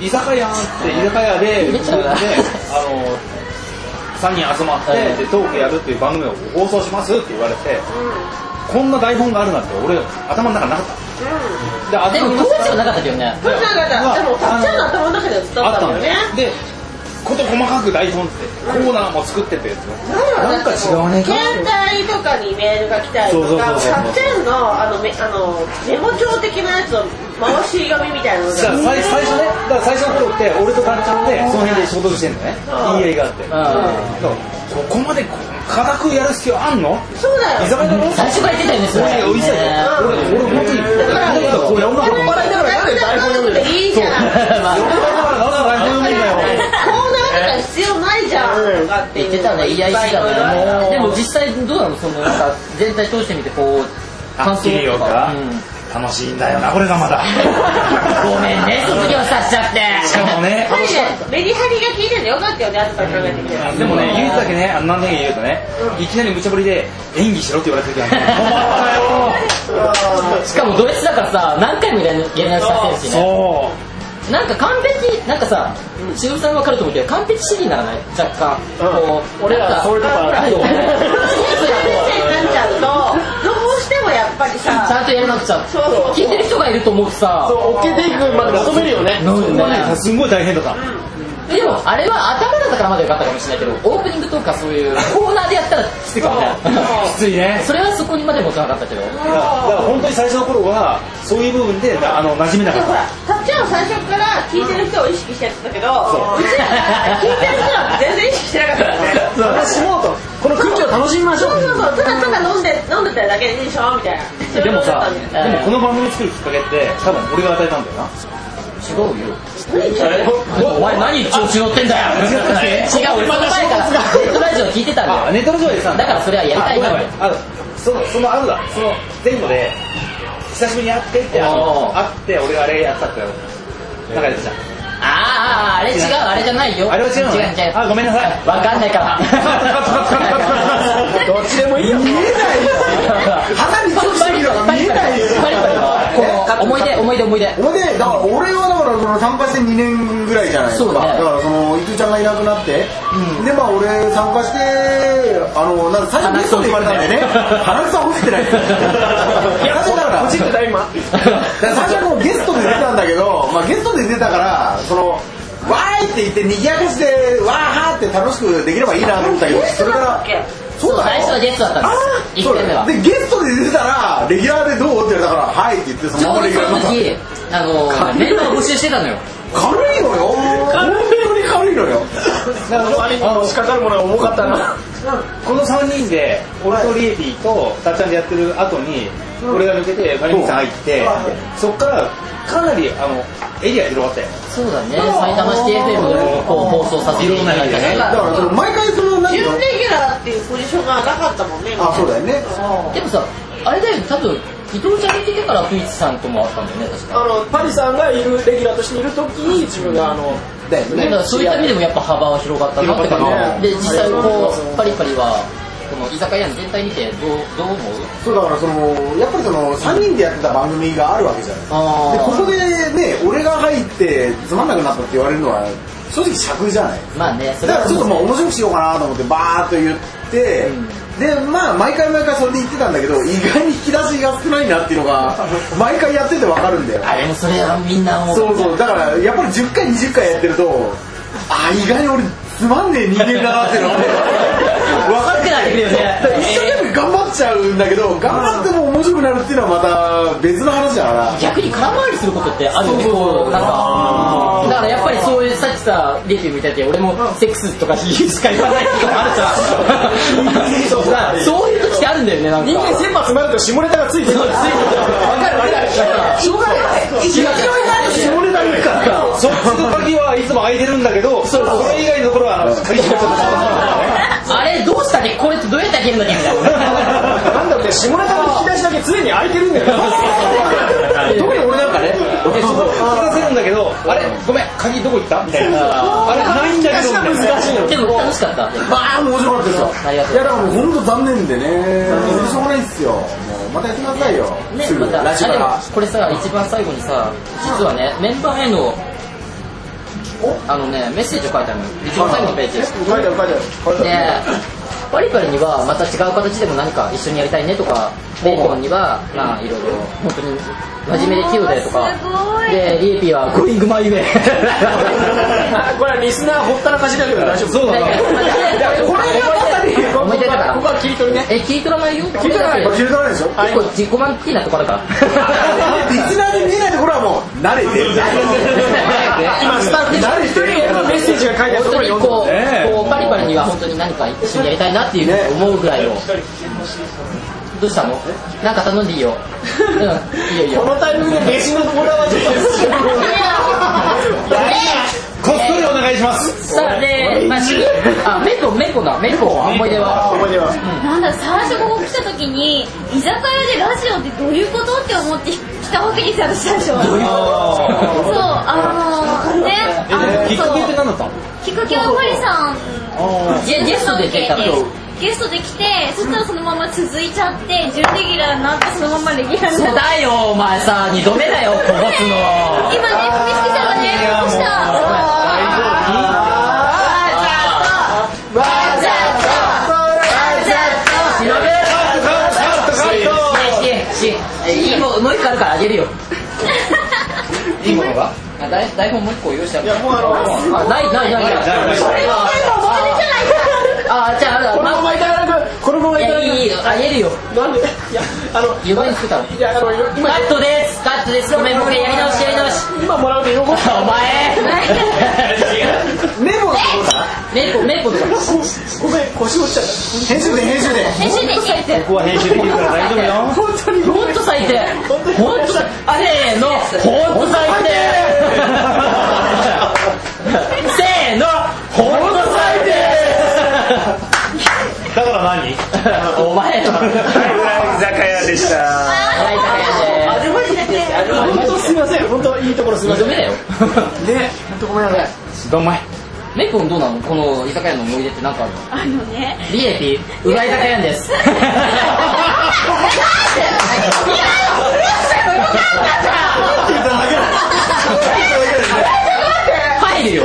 居酒屋って居酒屋でめっちゃあるなであの3人集まってでトークやるっていう番組を放送しますって言われてこんな台本があるなんて俺頭の中なかったででも頭の当中時はなかったけどねそうなんかでもたっちゃんの頭の中では伝あわっったたんのだよねでこと細かく台本ってコーナーも作っててなんか違うね携帯とかにメールが来たりとそうかそうそうそう買ってるのあのメあのメモ帳的なやつを回し紙みたいなのでじゃあ最最初ねだから最初の頃って俺とかっちゃんってその辺で仕事してんのねいい映画あってだからここまで固くやる必要あんのそうだよ居酒屋だろ最初から言ってたよねそれ俺俺俺本当にこれやんなかっただからなんで台本読んでいいじゃんコーまあナーとか必要ないじゃんとかってい言うってたねいやいやだねでも実際どうなのそのなんか全体通してみてこう感想いいよとか、うん楽しいんだよなこれがまだごめんね卒業させちゃってしかもねやっぱりねメリハリが効いててよかったよね後から考えてみてでもね唯一だけねあの何年か言うとねいきなり無茶ぶりで演技しろって言われた時はね 困った よしかもド S だからさ何回もやり直しさせるしねそなんか完璧なんかさしおりさん分かると思うけど完璧主義にならない若干こう俺らそういうとこあるよ 先生になっちゃうとどうしてもやっぱりさちゃんとやらなくちゃそうそう聞いてる人がいると思うとさそう、追っけていくまで求めるよね。なんうだねよすんごい大変だったでもあれは頭だったからまだよかったかもしれないけどオープニングとかそういうコーナーでやったらきついかもねきついねそれはそこにまで持たなかったけどだから本当に最初の頃はそういう部分であの馴染めなでかもほっら、たっちゃんは最初から聞いてる人を意識してやってたけど、うちらは聞いてる人は全然意識してなかったよね。私もうと、この空気を楽しみましょそうう。そうそう、ただただ飲んで、飲んでただけでいいでしょみたいな。たでもさそういうことだったんだでもよこの番組作るきっかけって多分俺が与えたんだよな違うよお前何調子乗ってんだよ違う俺その前からネットラジオ聞いてたんだあよネットの上でさだからそれはやりたいなあごめんごめんあのそのそのあるだその前後で久しぶりに会ってってあおのー会って俺があれやったって中でしたあーあーあれ違うあれじゃないよあれは違うのね違う違うあごめんなさいわかんない からどっちでもいいよ。花火つしてるのが見えないよこの思い出思い出思い出ほんでだから俺はだからその参加して2年ぐらいじゃないですそうかねだからその伊藤ちゃんがいなくなって、でまあ俺参加してあのなんか最初ゲストで言われたんだよね鼻くそは欲しってないですいや最初だからポチってた今。最初はこうゲストで出たんだけど、まあ、ゲストで出たからそのわーいって言って賑やかしてわーはーって楽しくできればいいなと思ったけどそれからそう最初はゲストだったんあでーす1そう点目だはでゲストで出たらレギュラーでどうって言われたから「はい」って言ってそちょのままレうギどュラその時あのーメンバーをーになった募集してたのよ軽いのよ本当に軽いのよなんか、あの、仕掛かるものは重かったな。この3人で俺とリエピーとたっちゃんでやってる後に俺が抜けてファリンさん入ってそっからかなりあのエリア広がったよそうだね埼玉シティ FM をこう放送させていただいただねからその毎回その何準ていうのレギュラーっていうポジションがなかったもんね。あそうだよねでもさあれだよね多分伊藤ちゃんに聞いてからクイズさんともあったんだよね確かあの、パリさんがいる、レギュラーとしている時に、自分が、あの、だよだかねらそういった意味でもやっぱ幅は広がったなって感広がったねじで実際こううんパリパリはこの居酒屋の全体見てどうどう思うそうだからそのやっぱりその3人でやってた番組があるわけじゃないあでここでね俺が入ってつまんなくなったって言われるのは正直尺じゃないまあねそだれはからちょっとまあ面白くしようかなと思ってバーっと言って、でまあ毎回毎回それで言ってたんだけど意外に引き出しが少ないなっていうのが毎回やってて分かるんだよあれもそれはみんな思うそうそうだからやっぱり10回20回やってるとあ意外に俺つまんねえ人間だなっていうのがね分かってなってくるよねだから一生懸命頑張っちゃうんだけど頑張っても面白くなるっていうのはまた別の話だから逆に空回りすることってあるよねそうそうそうこうなんかだからやっぱりそういうさっきさリエピみたいで俺もセックスとかしか言わないとかあるからそうさ そういう時ってあるんだよねなんか人間切羽詰まると下ネタがついてる。ついてわかるわかるしょうがない勢いがある下ネタに行くからそっちの鍵はいつも空いてるんだけどそれ以外のところはあの借りてもらっちゃったあれどうしたっけこれってどうやって開けるんだっけみたいな なんだろうね、下ネタの引き出しだけ常に空いてるんだよね。特に俺なんかねえそう引き出せるんだけどあれごめん鍵どこ行ったみたいなあれないんだけどみたいなでも楽しかったまあ面白かったですよありがとういやだからもう本当残念でねしょうがないっすよもうまたやってくださいよねすまぐた来週かあらでもこれさ一番最後にさ実はねメンバーへのあのねメッセージを書いたのよ一番最後のページで書いてある書いてある書いてあるでパリパリにはまた違う形でも何か一緒にやりたいねとかベーコンにはまあいろいろ本当に真面目で器用だよとかすごいでリエピは「ゴーイングマイウェイ」 これはリスナーほったらかしだけど大丈夫そうだなこれがまさに思い出だからここは切り取りねえ聞いとらないよ聞いとらないこれ切り取らないでしょ結構自己満的なとこだから リスナーで見えないところはもう慣れてる今スタッフ慣れてるこのメッセージが書いてある本とこ当ろににこうこうパリパリには本当に何か一緒にやりたいなっていうふうに思うぐらいをどうしたのなんか頼んでいいようんいいよいいよこのタイミングで飯のところはちょっこっそりお願いしますさあでまあ次あメイコンメイコンだメイコンは思い出は思い出はなんだ最初ここ来た時に居酒屋でラジオってどういうことって思って来たわけですよ私最初はそうあのねあきのっかけって何だったのきっかけはパリさんゲゲストで出たのゲストで来てそしたらそのまま続いちゃって準レギュラーになってそのままレギュラーにそうなってだよお前さ2度目だよこぼすの今ね、美月さんがね、こうしわざたと忍べししいいももう一個あるからあげる よいいものがあ台台本もう一個用意してあるもうあのあないないないないそれはあじゃああるあるこのままいただくこのままいいただやいいいいくよあげるよなんでいやあの横に作ったのいやあのカ今ットですカットですごめんもう一回やり直しやり直し今もらうと喜ぶお前 メモメイコメイコとかごめん腰落ちちゃった編集で編集で編集で聞いてここは編集できるから大丈夫よ本当にほんと最低ほんと最低せーのほんと最低せーのほんと最だから何低お前の居酒屋でしたアルバイト本当すみません本当いいところすみま2せ度 ん目だねよ本当ごめんなさいどんまいメイコンどうなのこの居酒屋の思い出って何かあるのあのね、リエピうがい酒屋んです 入るよ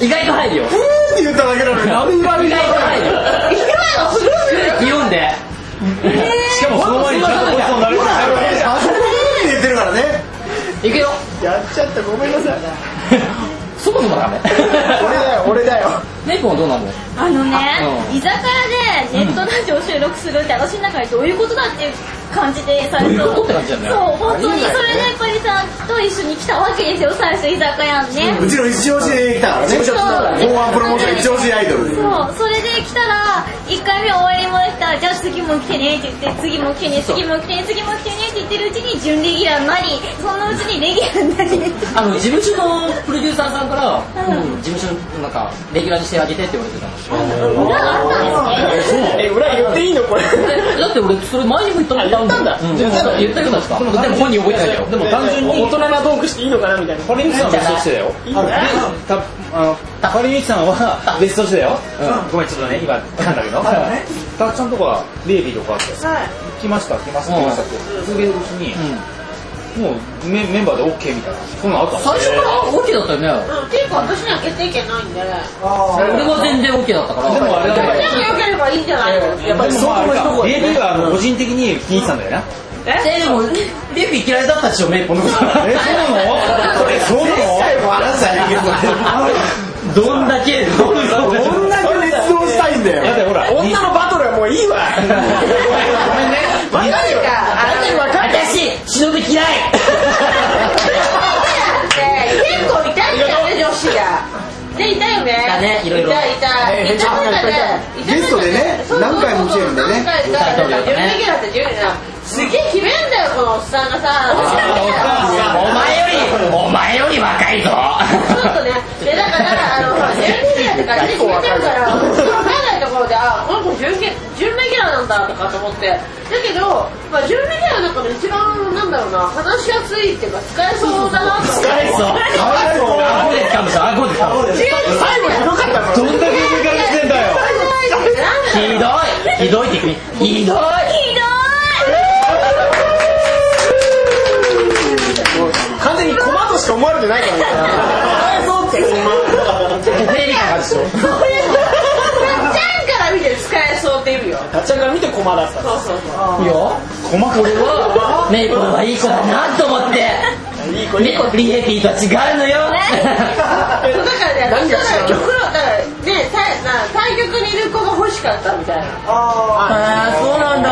意外と入るよって言っただけなのになんで言わ意外と入るよ空気読んでしかもその前にちゃんとごちそうになれるあそこに言ってるからねいくよやっちゃったごめんなさいそもそもダメ俺だよ俺だよメイコンはどうなのあのねあうん居酒屋でネットラジオ収録するって私の中でどういうことだっていう感じで最初どういうことって感じだよねそう本当にそれでパリさんと一緒に来たわけですよ最初居酒屋にねうちの一押しで来たからねそう公安プロモーション一押しアイドルそうそれで来たら1回目終わりましたじゃあ次も来てねって言って次も来てね次も来てね次も来てねって言ってるうちに準レギュラーになりそのうちにレギュラーになりあの事務所のプロデューサーさんから、うん事務所のなんかレギュラーにしてあげてって言われてたのがあったんですねえ裏言っていいのこれえだって俺それ前にも言ったことあるんだ言ったんだうんじゃあそう言ったけどさでも本人覚えてないよでも単純に大人なトークしていいのかなみたいな堀道さんはベストしてだよいいなたあの堀道さんはベストしてだよごめんちょっとね今噛んだけどたっちゃんとかレイビーとかあってはい来ました来ました来ましたって続けるうちにもうメメンバーで OK みたいなそんなのあったの最初から OK だったよねうん結構私には決定権ないんで俺は全然 OK だったからでもあれだね私に良ければいいんじゃないのやっぱりそこの人が AB はあの個人的に気に入ってたんだよなえでもレビ嫌いだったでしょメイコンのえそことうなのえそうなの最後あなたにどんだけどんだけこ んだけ熱動したいんだよだってほら女のバトルはもういいわごめんね分かるよ分かる私忍び嫌い結構痛いんだよね女子がで痛いよねだねいろいろ痛い痛いねめっち痛ゃい痛い痛いゲストでねそうそうそう何回も来てるんだよね何回歌いかたいよね準レギュラーって準レギュラーすげえ決めんだよこのおっさんがさおっさんお前よりお前より若いぞちょっとねでだからあのほら準レギュラーって感じで決めてるから分かんないところであこの子準レ準レギュラーなんだとかと思ってだけど、まあ、準レギュラーの中で一番なんだろうな話しやすいっていうか使えそうだなと思って大層顎で掴むぞ顎で掴む違う最後ひどかったどんだけ上から来てんだよひどいひどいって君ひどいひど完全にコマとしか思われてないからねテレビ感があるでしょこれさ、ちゃんから見て使えそうって駒だったんでそうそうそういいよ細かく俺はメイコンはいい子だなと思っていい子いいメイコンリヘピーとは違うのよそうだからね私はだから曲のだからねたな対局にいる子が欲しかったみたいな ああそうなんだ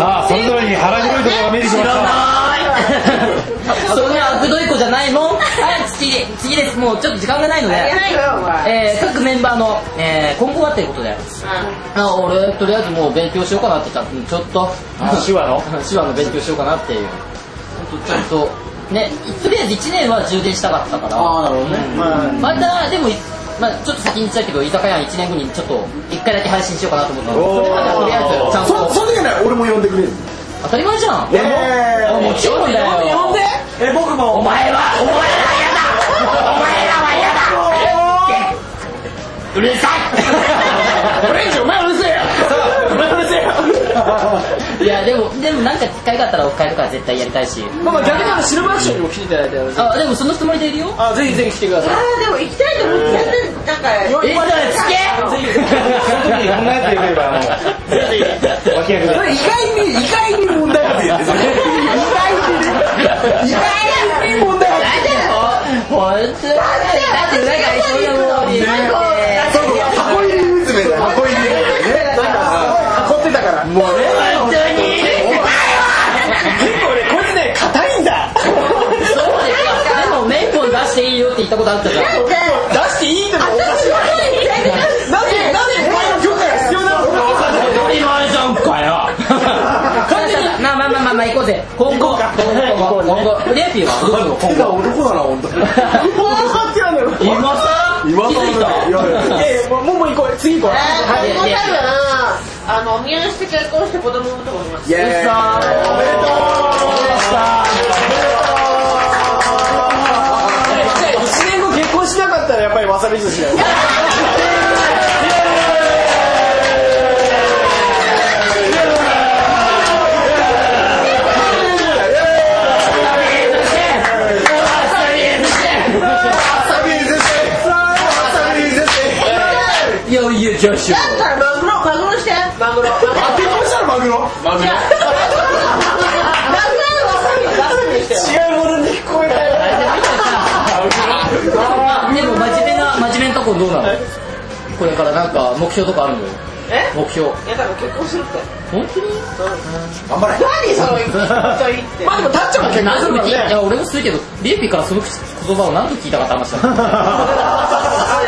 さあそれぞれに腹黒いところが見えてきま知しらたない そんな悪どい子じゃないもんはい次次ですもうちょっと時間がないのでやないよお前えー各メンバーの、えー、今後はっていうことであ俺とりあえずもう勉強しようかなってちょっとちょっと手話の 手話の勉強しようかなっていうほんとちょっとねとりあえず1年は充電したかったからああなるほどね、まあまたでも、まあ、ちょっと先に言っちゃうけど居酒屋1年後にちょっと1回だけ配信しようかなと思ったのでそれまではとりあえずちゃんそとその時はね俺も呼んでくれる当たり前じゃんええあもちろんだよ呼んでえ僕もお前はお前らは嫌だお前らは嫌だうるさいオレンジお前うるせえよお前うるせえよいやでもでもなんか機会があったらオフ会とか絶対やりたいしまあ逆にあのシルバーアクションにも来ていただいてよろしいあでもそのつもりでいるよあぜひぜひ来てくだあさいーでも行きたいと思ってたんだからえっつけその時に考えてくればあの脇役そだれ意外に意外に問題が出てる意外に意外に問題が出てる本当だよだってなんかそういうものに箱入り娘だよ箱入り娘ねなんか囲ってたからもうね本当に結構ねこいつね硬いんだそうですよでもメイコン出していいよって言ったことあったじゃん出していいのもおかしいなんでなんでお前の許可が必要なのかわかんない当たり前じゃんかよ完全にまあまあまあまあまあ行こうぜ今後今後今後今後フレーピーはどうするの手が男だな本当にもう分かってやんのよい今さ気今づいたいやいやもうもう行こう次行こうえー今後多分あの入院して結婚して子供産むと思いますやいやいやおめでと1年後結婚しなかったらやっぱりわさび寿司だよいやいやじゃあしよだったらマグロマグロしてマグロマグロあ結婚したらマグロマグロマグロわさびわさびしてようでも真面目な真面目なとこどうなのこれからなんか目標とかあるのよえ目標いやだから結婚するって本当に頑張れ何そのこと言ってまあでもたっちゃんが結婚す何度るから聞いいねや俺もするけどリエピーからその言葉を何度聞いたかって話だもんだか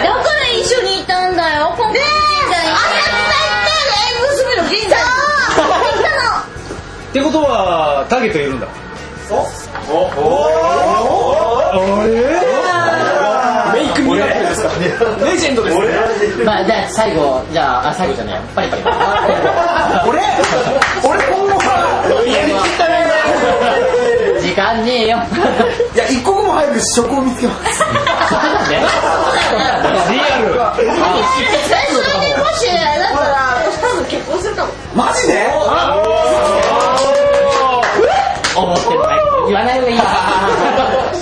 ら一緒にいたんだよ今回神社に娘の銀座行ったっのてことはターゲットいるんだメイクミラクルですからレジェンドですからまあじゃあ最後じゃああ最後じゃねえやパリパリ俺俺今後はやりきったね時間ねえよいや一刻も早く職を見つけますリアルえそれでもしだったら私多分結婚するかもマジで思ってもない言わない方がいいな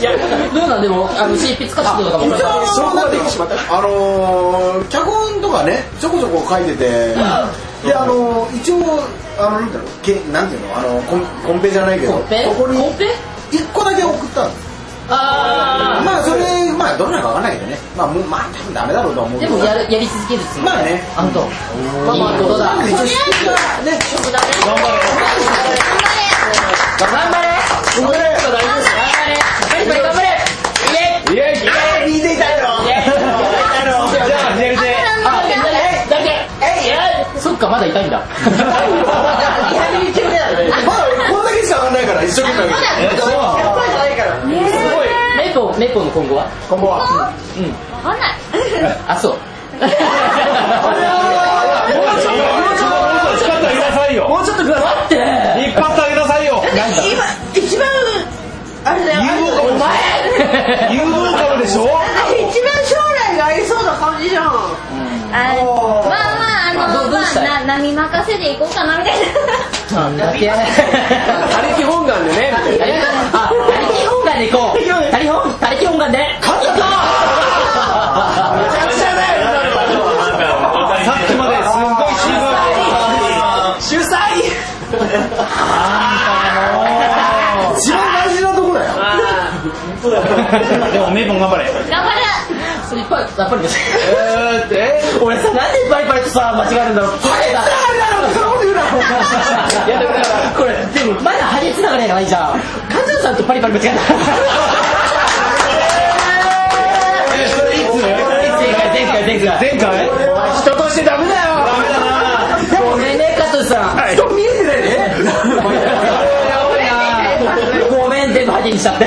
いやどうなんでもあの執筆活動とかも一応なってきてしまったあのー、脚本とかねちょこちょこ書いてて、であのー、一応あのなんだろうけなんていうのあのコンコンペじゃないけどコンペここにコンペ一個だけ送ったんですあまあそれまあどんなかわかんないけどねまあもうまあ多分ダメだろうとは思あうけでどもやるやり続けるっつもんまあねあんとまあまあことだとりあえず一応頑張れパリパリ頑張れ頑張れイエイじ聞いていたいの聞いていたいのゃあ左手あっだけえいそっかまだ痛いんだリハビリ中だよねまあこんだけしか上がんないから一生懸命やっぱりじゃないからメイポメイポの今後はこんばんはわかんないあそう使ってあげなさいよもうちょっとください待って引っ張ってあげなさいよ今一番あれだよお前誘導株でしょ一番将来がありそうな感じじゃんあのまあまああどのうどうましたいあな波任せで行こうかなみたいななんだっけ他力本願でねあ、他力本願で行こう。他力本、他力本願で。勝ったさっきまですっごいシーズン主催でも、メイポン頑張れ。頑張るそれいっぱいやっぱりですえーってえ俺さなんでバイバイとさ間違えるんだろうこれだいやだからこれでもまだハゲつながりやからいいじゃんカズンさんとパリパリ間違えた前回前回前回人としてダメだよごめんねカズンさん人見えてないねごめん全部ハゲにしちゃって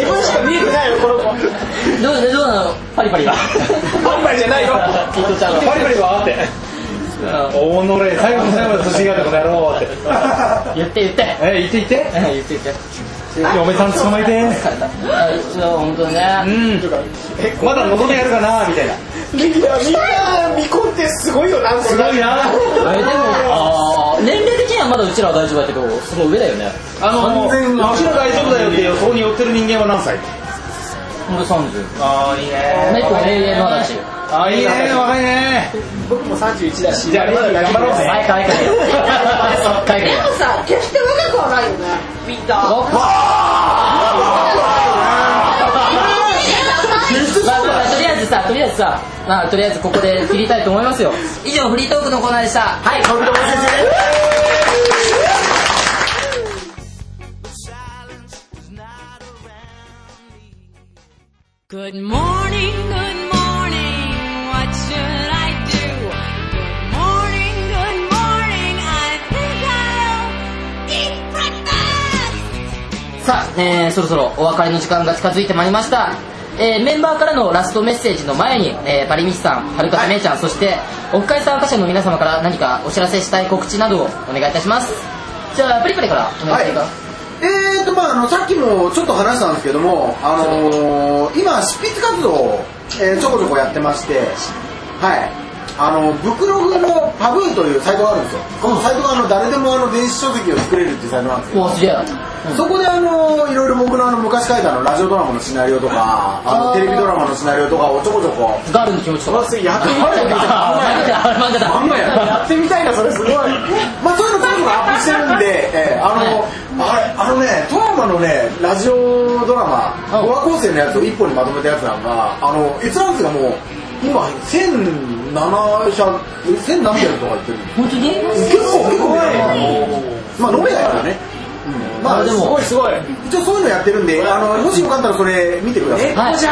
自分しか見えてないよこの子どうどうなのパリパリはパリパリじゃないよきっとちゃんとバリバリはって。おのれ、最後の最後まで年があったこの野郎って。言って言ってえ、言って言って。言って言って嫁さん捕まえて。そう本当うねん。まだ望みあるかなみたいな。いやみんな未婚ってすごいよなすごいな。えでもあー年齢的にはまだうちらは大丈夫だけどその上だよねあの、うちら大丈夫だよって予想に寄ってる人間は何歳俺30ああ、いいね猫永遠の話ああ、いいね若いね僕も31だしじゃあ、まだ頑張ろう前ぜ。かいかいかいでもさ決して若くはないよねみんなおまあまあとりあえずさとりあえずさまあとりあえずここで切りたいと思いますよ以上フリートークのコーナーでしたはいこれでお先生です さあ、えーそろそろお別れの時間が近づいてまいりました、えーメンバーからのラストメッセージの前に、えー、パリミスさんはるかめいちゃん、そしてオフ会参加者の皆様から何かお知らせしたい告知などをお願いいたしますじゃあプリプリからお願いします、えーとまあ、あのさっきもちょっと話したんですけども、あのー今、執筆活動を、えーちょこちょこやってまして、はい、あのブクログのパブーというサイトがあるんですよ、このサイトがあの誰でもあの電子書籍を作れるっていうサイトなんですおよ、おすげえそこであのいろいろ僕のあの昔書いたあのラジオドラマのシナリオとか、あのあーテレビドラマのシナリオとかをちょこちょこ、ガールの気持ちとかそれやってみたいなあ漫画だあんまややってみたいなそれすごいまあそういうの僕がアップしてるんで、えーあの、あれあのね富山のねラジオドラマうん五話構成のやつを一本にまとめたやつなんかあの閲覧数がもう今1700え1700とか言ってる本当に結構結構まあ飲めないからね、うんまああですもごいすごい一応そういうのやってるんであのもしよかったらそれ見てくださいはいはい、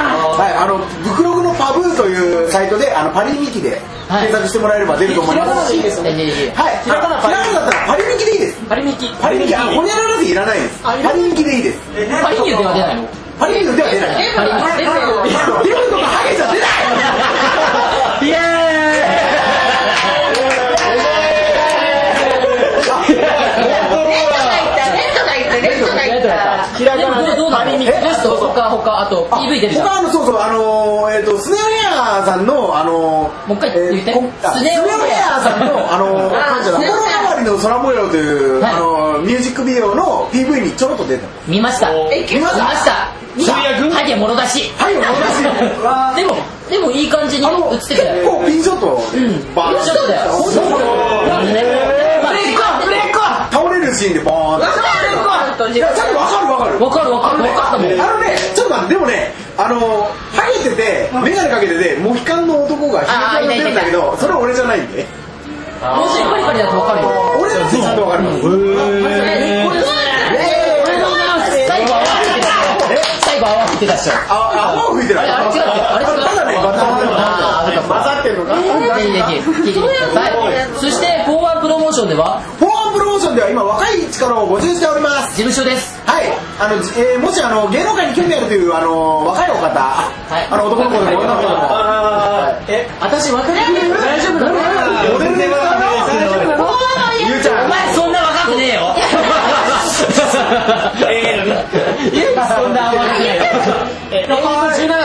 あのブクログのパブーというサイトであのパリミキで検索してもらえれば出ると思いますし、ひらがなでいいですえいえいえはい、ひらがなパリミキだったらパリミキでいいです。パリミキパリミキ、あ、ほにゃららでいらないです。パリミキでいいです。パリニューでは出ないのパリミキでは出ない。パリニューヒロミとかハゲじゃ出イエない。レッドがいたレッドがいたーイでもどうどうなのゲスト他他あと PV 出るじゃん他あのそうそうあのえっ、とスネアヘアさんのあのもう一回言ってえーこあススネネアアヘアヘアさんのあの あなんちゃらスネアヘア心変わりの空模様という、はいあのミュージックビデオの PV にちょろっと出てます。見ましたえ見ました最悪ハゲもろ出しはい、お願い します。でもでもいい感じにあの映って結たよ構ピンショットうんバーンピンショットだよそうそうブレイクアブレイクア倒れるシーンでバーンっていやちゃんとわかるわかるわかるわかるわかったもんあのねちょっと待ってでもねあのハゲてて眼鏡かけててモヒカンの男がひあーげいた出いたいてるんただけどそれは俺じゃないんでもしパリパリだとわかるよ俺だってちゃんとわかるもんこれえーおめでとうございます最後泡吹いてたよ最後泡吹いてたっしょああ泡吹いてるあれあれ違うあれ違うただねバタバタあーよかった混ざってるのかぜひぜひ聞いてみてくださいそしてフォーワンプロモーションではフォーアンプロモーションでは今若い力を募集しております事務所ですはい、あの、じえーもしあの芸能界に興味あるというあの若いお方、いあの男の子でも女の子でも、え私若手で大丈夫 なのモデルでも大丈夫なのゆうちゃん、お前そんな若くねえよえそんな若くねえよえ永遠の17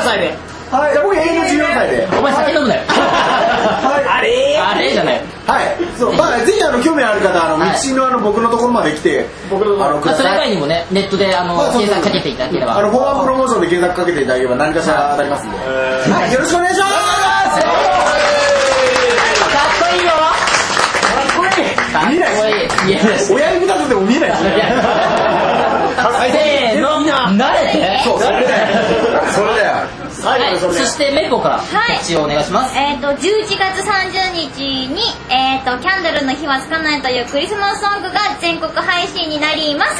歳ではい、じゃあ僕永遠の14歳で、お前酒飲むなよはい、れあれじゃないはい、そう、まあぜひあの興味ある方、あのはい道のあの僕のところまで来て、僕のあのくまあそだれ以さ外い。にもねネットであのまあそうそう検索かけていただければあのフォアプロモーションで検索かけていただければ何かしら当たりますんで、はい、よろしくお願いします。かっこいいよかっこいいかっこいいいや親指立てても見えないですね。せーの慣れそうそれだよそれだよはい、そしてメイコからはい告知をお願いします、えっ、と、11月30日に、えっ、と、キャンドルの日はつかないというクリスマスソングが全国配信になります。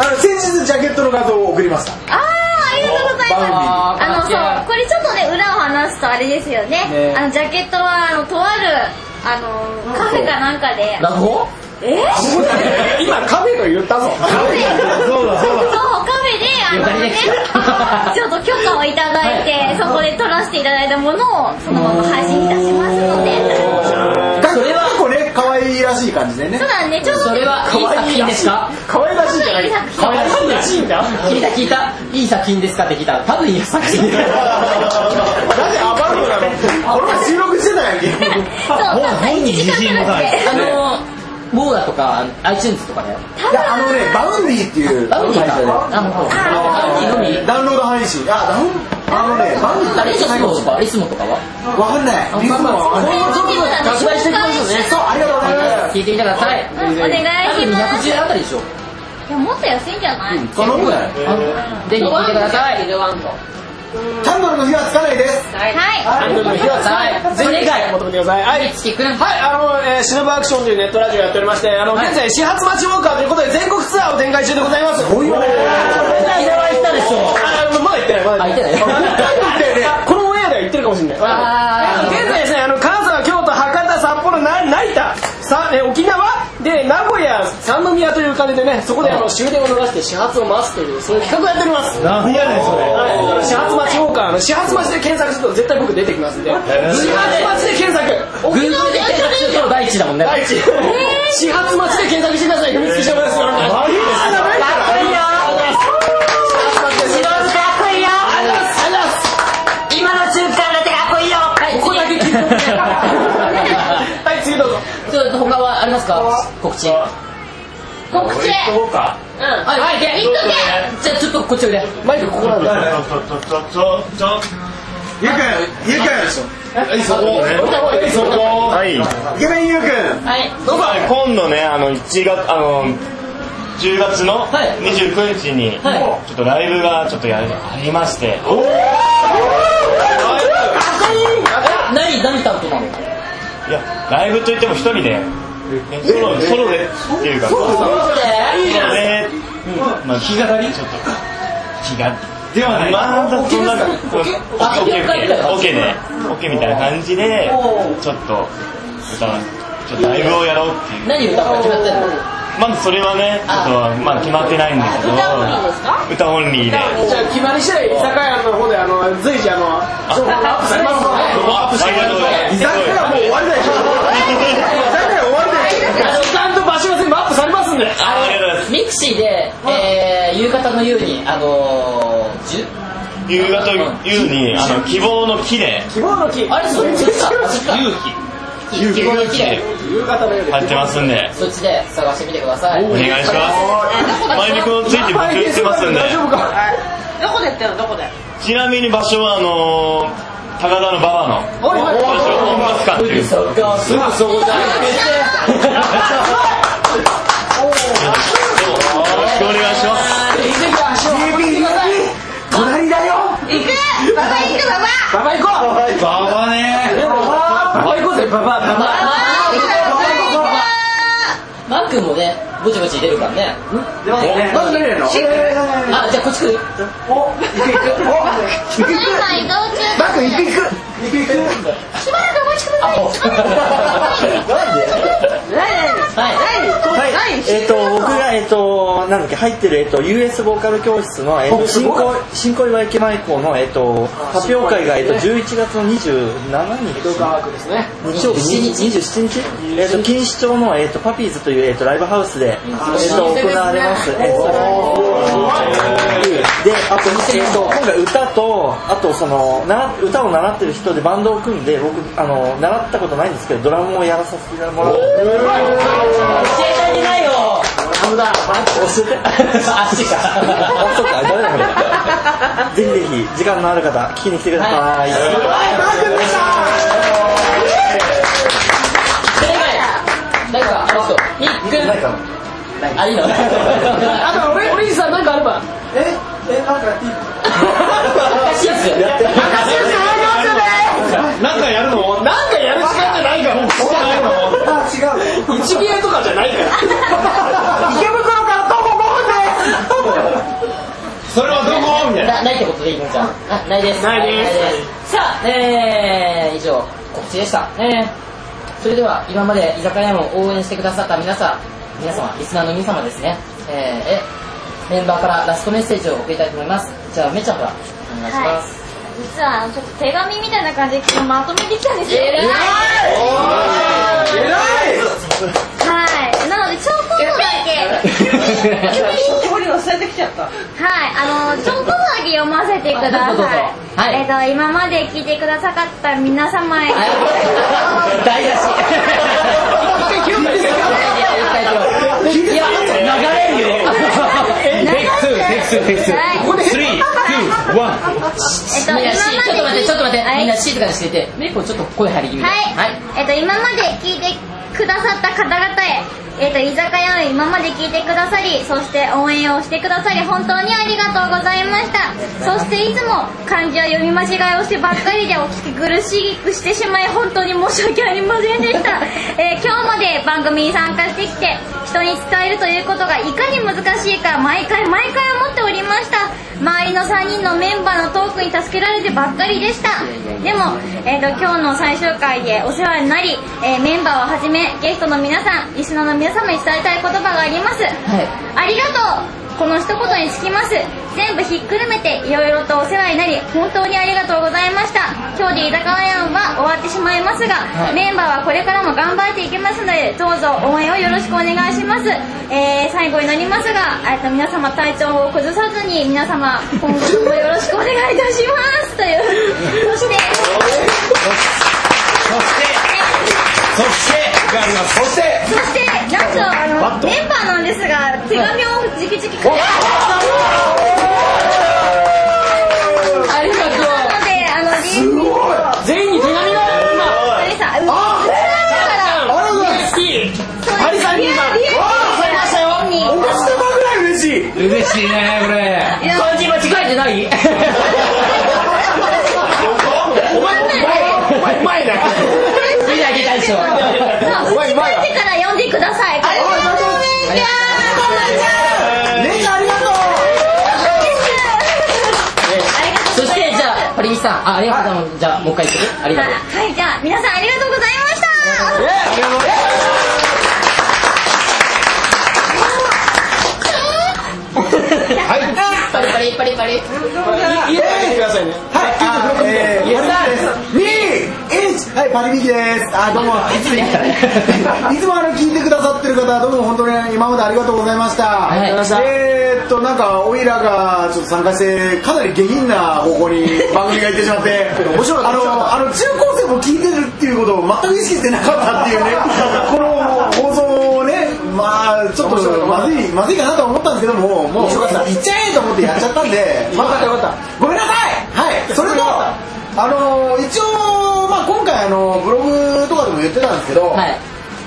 あの先日ジャケットの画像を送りましたあー、ありがとうございます。あーあの、関係ないそう、これちょっとね、裏を話すとあれですよね。ねあの、ジャケットは、あの、とある、あの、カフェかなんかで、落語えー今カフェと言ったぞカフェそうカフェであよのかりねですちょっと許可をいただいて、そこで撮らせていただいたものをそのまま配信いたしますのでそれは結構ね可愛いらしい感じでねそうだねちょっとそれはいい作品ですか可愛らしいじゃない可愛らしいらしいんだ聞いた聞いたいい作品ですかって聞いたら多分 いい作品だよなんでアバウトなの俺は収録してたやんけそうたった1時間くらいであのウォーダとか iTunes とかだよいやあのねバウンディっていうラブ会リー社でかあ本当あラブリーのみダウンロード配信あダウンあのねバウンディあれいつもとかいつもとかはわかんないリズムはわかんない拡大していきましょうねそうありがとうございます聞いてみてくださいうんお願いします多分210あたりでしょいやもっと安いんじゃない、その分だよあぜひ聞いてくださいルワンドキャンドルの日はつかないですはいアンドルの日はつかないぜひぜひ理解を求めてくださいはいつきくんはいはい、あの、えー、シノバアクションというネットラジオをやっておりまして、あの、はい現在、始発待ちウォーカーということで、全国ツアーを展開中でございます。おいお沖い縄行ったでしょあ、まだ言ってない、まだあ言ってないあこのオンエアでは言ってるかもしれない。あーあの現在ですね、あの、関西、京都、博多、札幌、な成田、さえー沖縄で、名古屋、三宮という感じでね、そこであの終電を逃して始発を待つという、そういう企画をやっております。何やねんそれはい、あの始発待ちウォーカー、あの始発待ちで検索すると絶対僕出てきますんで、始発待ちで検索、沖縄 Google でで検索すると第一だもんね第一始発待ちで検索してください。踏みつけしてもらいます。よろしくお願いします。かっこいいよ白かっこいいよ今の瞬間だってかっこいいよはいここだけ聞いてはい、次どうぞ。ちょっと他はありますか告知はい告知そうかはいで言っとじゃあちょっとこっちおいでマイクここなんだ。ちょちょちょちょちょゆうくんゆうくはいそこはいそこはいんイケメンゆうくんはい今度ねあの1月あの10月のはい29日にはちょっとライブがちょっとやありまして何何担当なのいやライブといっても一人でねソロソロでっていうかいいじゃんで、まあ、日がりちょっと日がではないまだそんなオッケあオッケーーオッケーねオッケーみたいな感じでちょっと歌わちょっとライブをやろうってい何う歌うか決まってんのまずそれはねちょっとまあ決まってないんだけ歌どオンリーですか歌オンリーでじゃあ決まり次第居酒屋の方であの随時あの情報がアップされますので。アップしてくれる居酒屋もう終わりだよ居酒屋終わりだよ時間と場所が全部アップされますんで。あありがとうございますミクシーで、えー、夕方の夕に、あのー、じゅ夕方夕にあの希望の木で希望の木。あれそっちか勇気希望の木で、夕方の夜。入ってますんでそっちで探してみてください。お願いします前にこのついて募集してますんで大丈夫か。どこでやってるのどこでちなみに場所はあのー、高田の馬場のおいおいおい場所本物館っていうそっか、すぐそこだ。よろしくお願いします隣だよ行くババ行くババババ行こう。馬場ねババ行こうぜババババ。マックンもね、ぼちぼち出るからね。まず何やるのあ、じゃあこっち来るお行く行くお行く行く今移動中バック行く行く行く行くしばらくお待ちくださいあおはい。はい、えっ、と僕がえっ、となんだっけ入ってるえっ、と US ボーカル教室のえっ、と新小新小岩駅前校のえっ、と発表会がえっ、と11月の27日。ババですね。日曜日27日、えっと錦糸町の、えっとパピーズという、えっとライブハウスで、えっと行われます、えっとであと,、えっと今回歌とあとそのな歌を習ってる人でバンドを組んで僕あの習ったことないんですけどドラムをやらさせてもらって携帯にないよ。あっちか。あ、そっか、ダメだこれ。ぜひぜひ、時間のある方、聞きに来てください。誰か、誰か、あの人。みっくん。ないあいいのあと俺俺にさなんかあればええなんかいい明石家つやってなんかやるのなんかやる時間じゃないからあ違う一芸とかじゃないから池袋から徒歩5分ですそれはどこみたいななないってことでいいのじゃんあないですないですはすさあえー、以上告知でしたえー、それでは今まで居酒屋も応援してくださった皆さん皆様リスナーの皆様ですねえー、えメンバーからラストメッセージを送りたいと思いますじゃあめちゃんからお願いします、実はちょっと手紙みたいな感じでまとめてきたんですよ偉いはいなのでちょこっとだけ距離忘れてきちゃったはいあのちょこっとだけ読ませてくだあどうぞどうぞさはいいえっと今まで聞いてくださった皆 様へはい台無しいや流れるよはいえっと今まみんでなしちょっと待ってちょっと待って、はいみんな静かにしててメイコちょっと声張り気味では、はいえっと今まで聞いてくださった方々へ、えっと居酒屋を今まで聞いてくださりそして応援をしてくださり本当にありがとうございましたそしていつも漢字を読み間違いをしてばっかりでお聞き苦しくしてしまい本当に申し訳ありませんでした、えー今日まで番組に参加してきて人に伝えるということがいかに難しいか毎回毎回思っておりました周りの3人のメンバーのトークに助けられてばっかりでしたでも、えー、と今日の最終回でお世話になり、えーメンバーをはじめゲストの皆さんリスナーの皆様に伝えたい言葉があります、いありがとうこの一言につきます全部ひっくるめていろいろとお世話になり本当にありがとうございました今日で居酒屋は終わってしまいますが、いメンバーはこれからも頑張っていきますのでどうぞ応援をよろしくお願いします、えー最後になりますがえーと皆様体調を崩さずに皆様今後ともよろしくお願いいたしますというそしそしててそしてそしてなんとあのメンバーなんですが手紙を直々くれたありがとうのであのすごい全員に手紙がさんうわだから好きハリさんに今ましたよに嬉しいねこれ漢字間違えてないうまいな見ないで大将そう打ち返してから読んでくださいありがとうございみんなありがとうますそしてじゃあ堀道さんあありがとうございますじゃあもう一回言ってありがとうはいじゃあ皆さんありがとうございましたパリパリパリパリ言えないでくださいねはい、あーえー、パリミです。ミー、はい、パリミキです。あー、どうも、いつも いつもあの聞いてくださってる方、どうも本当に今までありがとうございました。ありがとうございまえーっと、なんか、おいらがちょっと参加して、かなり下品な方向に番組が行ってしまって、 面白かった。あの、あの中高生も聞いてるっていうことを全く意識してなかったって いうね、この放送をね、まあ、ちょっとまずい、まずいかなとは思ったんですけども、もう、いっちゃえと思ってやっちゃったんで、まあごめんなさいはいそれとあのー一応、まあ、今回あのブログとかでも言ってたんですけど、はい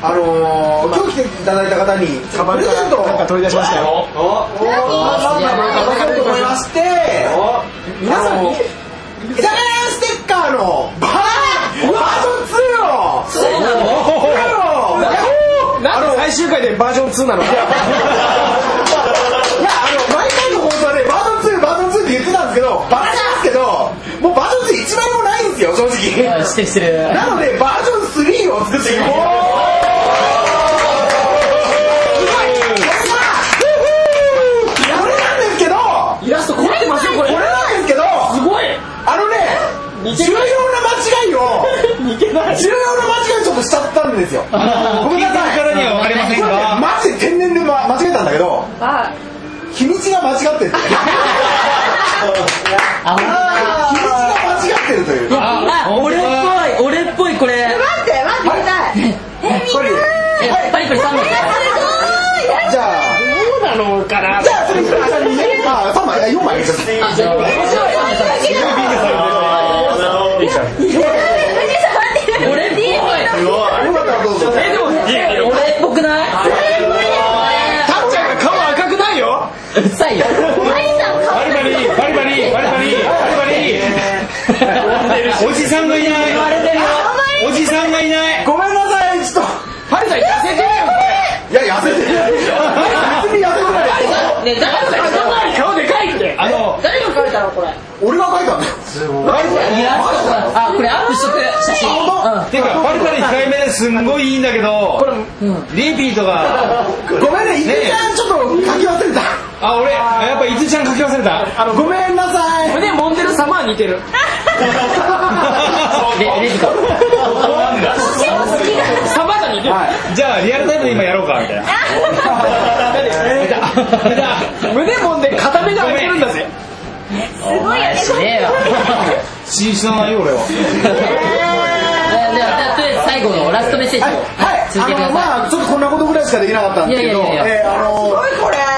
あのー今日来ていただいた方にプレゼントをなんか取り出しましたよおまあまあまあ届けようと思いまして皆さんに居酒屋ステッカーのバーバージョン2をそうなのこれをなんで最終回でバージョン2なのいや、あの、毎回の放送で、バージョン2、バージョン2って言ってたんですけど、バラしますけど、もうバージョン2一枚もないんですよ、正直。うんしてるしてるなのでバージョン3を作っていこうすごいこれがこれなんですけどイラスト凝ってますよこれこれなんですけどすごいあのね重要な間違いを 似てない重要な間違いをちょっとしちゃったんですよごめんなさいからには分かりませんこれねがマジで天然で、ま、間違えたんだけど日にちが間違 ってるああー日にちが間違ってるというあ俺っぽい俺っぽいこれ待って待って痛いこれえパリパリ3枚 じゃあじゃあそれからさんにねあ3枚あ4枚あじゃあ俺っぽいよかったらどうぞえでも俺っぽくないタッチねえ誰が書いたの前に顔でかいってあの誰が書いたのこれ俺が書いたんだよすごいマジであこれアップしとく写真うんてかパルパル控えめですんごいいいんだけどリピートがごめんね伊藤ちゃんちょっと書き忘れたあ俺やっぱ伊豆ちゃん書き忘れたあのごめんなさい胸揉んでる様は似てるレレジコ様が似てるじゃあリアルタイムで今やろうかみたいな 胸揉んで片目で開けるんだぜすごいよねしねえよ死に知らないよ俺はではでは最後のラストメッセージをはい続けてくあだのさいまあちょっとこんなことぐらいしかできなかったんですけどいやいやいやいえーあの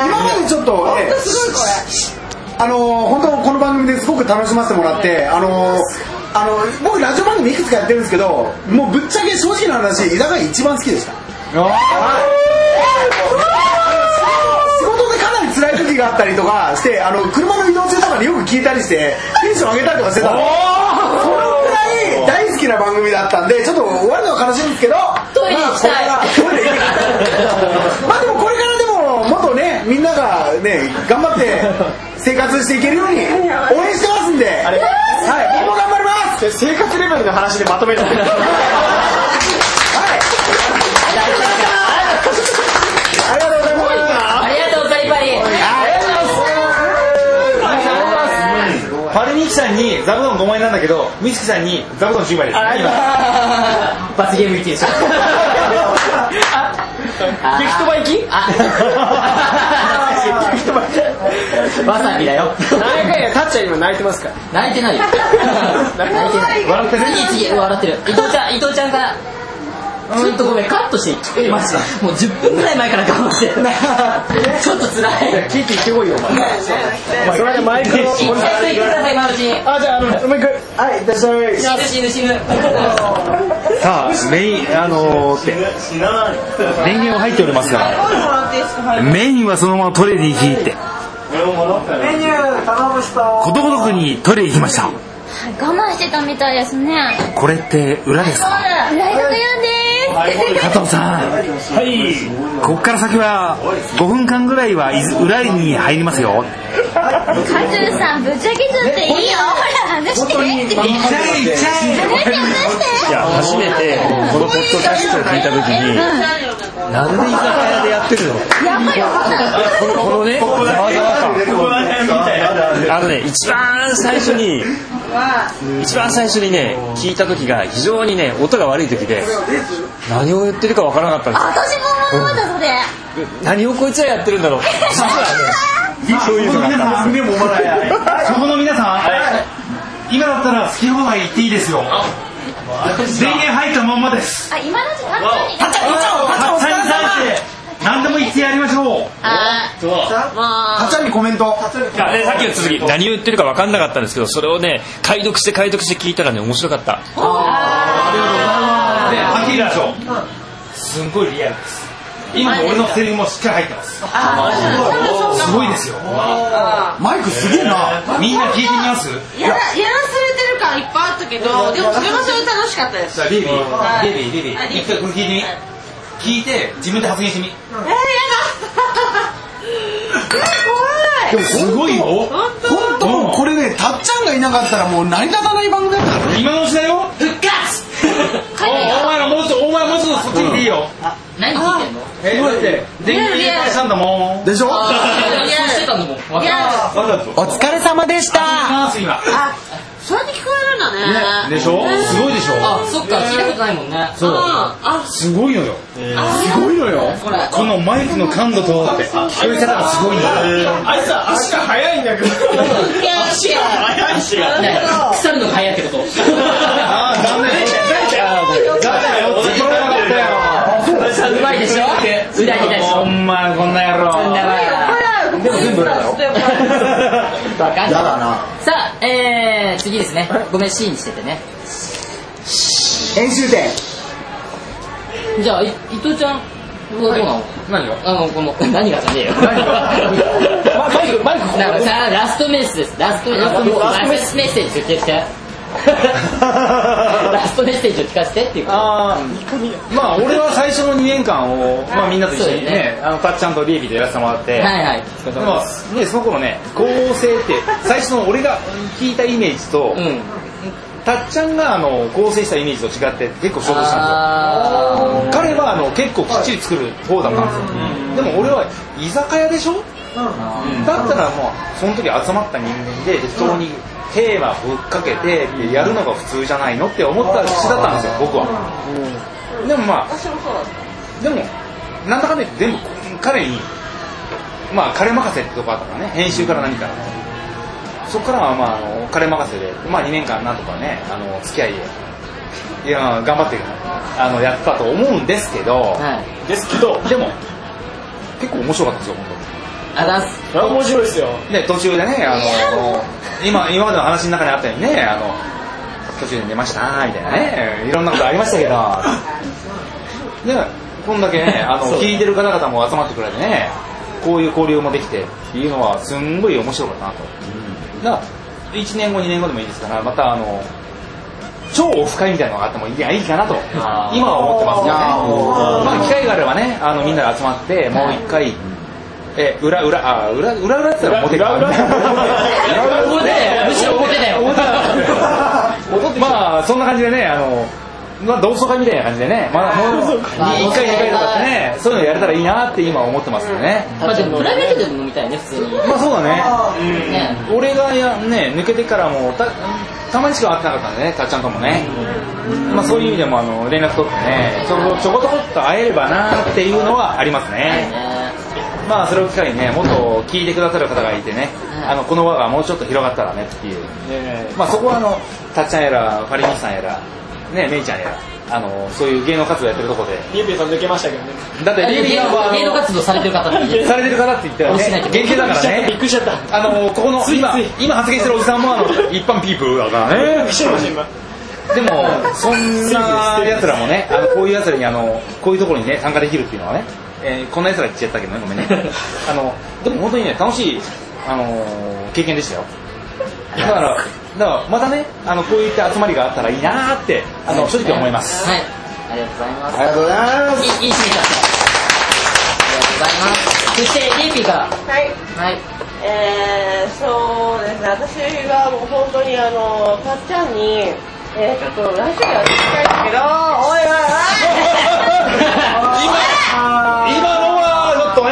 今までちょっとえーあの本当この番組ですごく楽しませてもらってあのあの僕ラジオ番組いくつかやってるんですけどもうぶっちゃけ正直な話居酒屋一番好きでした仕事でかなり辛い時があったりとかしてあの車の移動中とかによく聞いたりしてテンション上げたりとかしてたのそのぐらい大好きな番組だったんでちょっと終わるのは悲しいんですけどトイレ行きたいまあこれがトイレ行 きたいまあでもこれからでももっとねみんながね頑張って生活していけるように応援してますんではい僕も頑張りますで生活レベルの話でまとめるありありがとうございます がとうパリパリパルミキさんに座布団5枚なんだけどミツキさんに座布団10枚です罰ゲーム行きでしょあ激飛ば行きあわさびだよ何回かタッチは今泣いてますから泣いてないよ泣いてない笑ってる次次笑ってる伊藤ちゃん伊藤ちゃんからちょっとごめんカットしていましたもう10分ぐらい前から我慢してるちょっと辛い聞いて行ってこいよお前それでマイクの一回言ってください今のうちにあじゃああのもう一回はい出しゃい死ぬ死ぬ死ぬさあメインあのー、って電源は入っておりますがコールもらっていいですかはいメインはそのまま取りに行きってメニュー頼む人ことごとくに取り行きました我慢してたみたいですねこれって裏ですか ライト読んで加藤さんはいこっから先は5分間ぐらいは伊豆裏に入りますよーすカズーさんぶっちゃけちゃっていいよほら話して行っちゃえ行っちゃ話して話していや初めてこのポッドキャストを聞いた時になんで居酒屋でやってるのやっぱり分かんないこのこのねざわざわ感あのね一番最初に一番最初にね聞いた時が非常にね音が悪い時で何を言ってるかわからなかったんで私も思ったそれすよ何をこいつらやってるんだろう実はねそういうのがあったんで胸もまないそこの皆さん、今だったら好き放題言っていいですよ電源入ったまんまですあ今のうち誕生日ハッチャンに対して何でも言ってやりましょうあハチャミコメントすよあでさっきの続き何を言ってるかわかんなかったんですけどそれをね解読して解読して聞いたらね面白かったではっきり言いましょう、すんごいリアルです今の俺のセリフもしっかり入ってますすごいですよマイクすげえなみんな聞いてみますじやらやらされてる感いっぱいあったけどでもそれはそれで楽しかったですゃあベイビーベイビーベイビあー一回これ聞いてみ聞いて自分で発言してみえー、やだえー、怖いすごいよ本当本当もうこれねたっちゃんがいなかったらもう成り立たない番組だったからね今のうちだよ復活おお前らもうちょっとお前らもうちょっとそっちにいていいよ何聞いてんのえだって電源入れ替えしたんだもんでしょそうしてたのも分からなかっお疲れ様でしたます今あそうやって聞こえるんだねでしょすごいでしょたあそっか聞いたことないもんねうんあすごいのよすごいのよこれこのマイクの感度とって聞こえ方がすごいのよあいつは足が速いんだけど足が速いし腐るのが早いってことあー残念だったよずっとなかったようまいでしょうだりだしょほんまこんな野郎こんなバカでも全部裏だよバカやだなさあ、えー、次ですね。ごめん、シーンしててね。編集点じゃあ、い伊藤ちゃんはどうなの何があの、この、何がじゃねえよ。何がマイク、マイク、なんかさあ、ラストメッセージです。ラストメッセージ。ラストメッセージ、ラストメッセージ、決して。ラストメッセージを聞かせてっていうことああまあ俺は最初の2年間を、まあ、みんなと一緒にそうだねあのたっちゃんとリエビーでやらせてもらっはて、いはいでもね、その頃ね合成って最初の俺が聞いたイメージと、うんたっちゃんがあの合成したイメージと違って結構衝突したんあですよ彼はあの結構きっちり作る方だったんですよ、でも俺は居酒屋でしょ、だったらもうその時集まった人間で適当にテーマぶっかけてやるのが普通じゃないのって思った口だったんですよ僕は、でもまあ私もそうだったでもなんだかんだ言って全部彼にまあ彼任せってとこあったからね編集から何から、そこからはまああの彼任せで、まあ、2年間なんとかねあの付き合いでいや頑張ってあのやったと思うんですけど、ーはいですけどでも結構面白かったですよ本あざっすあ面白いですよ当にで途中でねあの今今までの話の中にあったようにねあの途中で寝ましたみたいなねいろんなことありましたけどねこんだけねあの聞いてる方々も集まってくれてねこういう交流もできてっていうのはすんごい面白かったなと、だから1年後2年後でもいいですからまたあの超オフ会みたいなのがあってもいやいいかなとあー今は思ってますよねあーまあ、機会があればねあのみんなで集まってもう一回え裏裏あ裏裏裏って言ったら表か裏裏裏裏表だよむしろ表だよ表まあそんな感じでねあのまあ同窓会みたいな感じでねまだもう1回2回とかってねそういうのやれたらいいなって今思ってますよねまあでもプライベートでも飲みたいね普通にまあそうだねね俺がやね抜けてからもたたまにしか会ってなかったんでねたっちゃんともね、まあ、そういう意味でもあの連絡取ってねちょこちょこちょこっと会えればなっていうのはありますね、ねまあそれを機会にねもっと聞いてくださる方がいてね、うんあのこの輪がもうちょっと広がったらねっていう、えまあ、そこはあのたっちゃんやらファリミさんやらねめいちゃんやらあのそういう芸能活動やってるとこでリエペイさん抜けましたけどねだってリビ芸ーは能芸能活動されてる方ってされてる方って言ったら欲しないねけど限定だからねびっくりしちゃったあのここのつい今つい今発言してるおじさんもあの一般ピープルだからびっくねりしちゃいました今でもそんなやつらもねあのこういうやつらにあのこういうところにね参加できるっていうのはね、えーこんなやつら言っちゃったけどねごめんねあのでも本当にね楽しい、あのー経験でしたよだからだからまたねあのこういった集まりがあったらいいなーってあの正直思いますはいありがとうございますありがとうございますいい、いい締めだった。ありがとうございます。そして、リーピーが、はいはい。えー、そうですね、私はもう本当にあの、たっちゃんに、えー、ちょっと来週では聞きたいんだけど、おいおい 今今のはちょっとね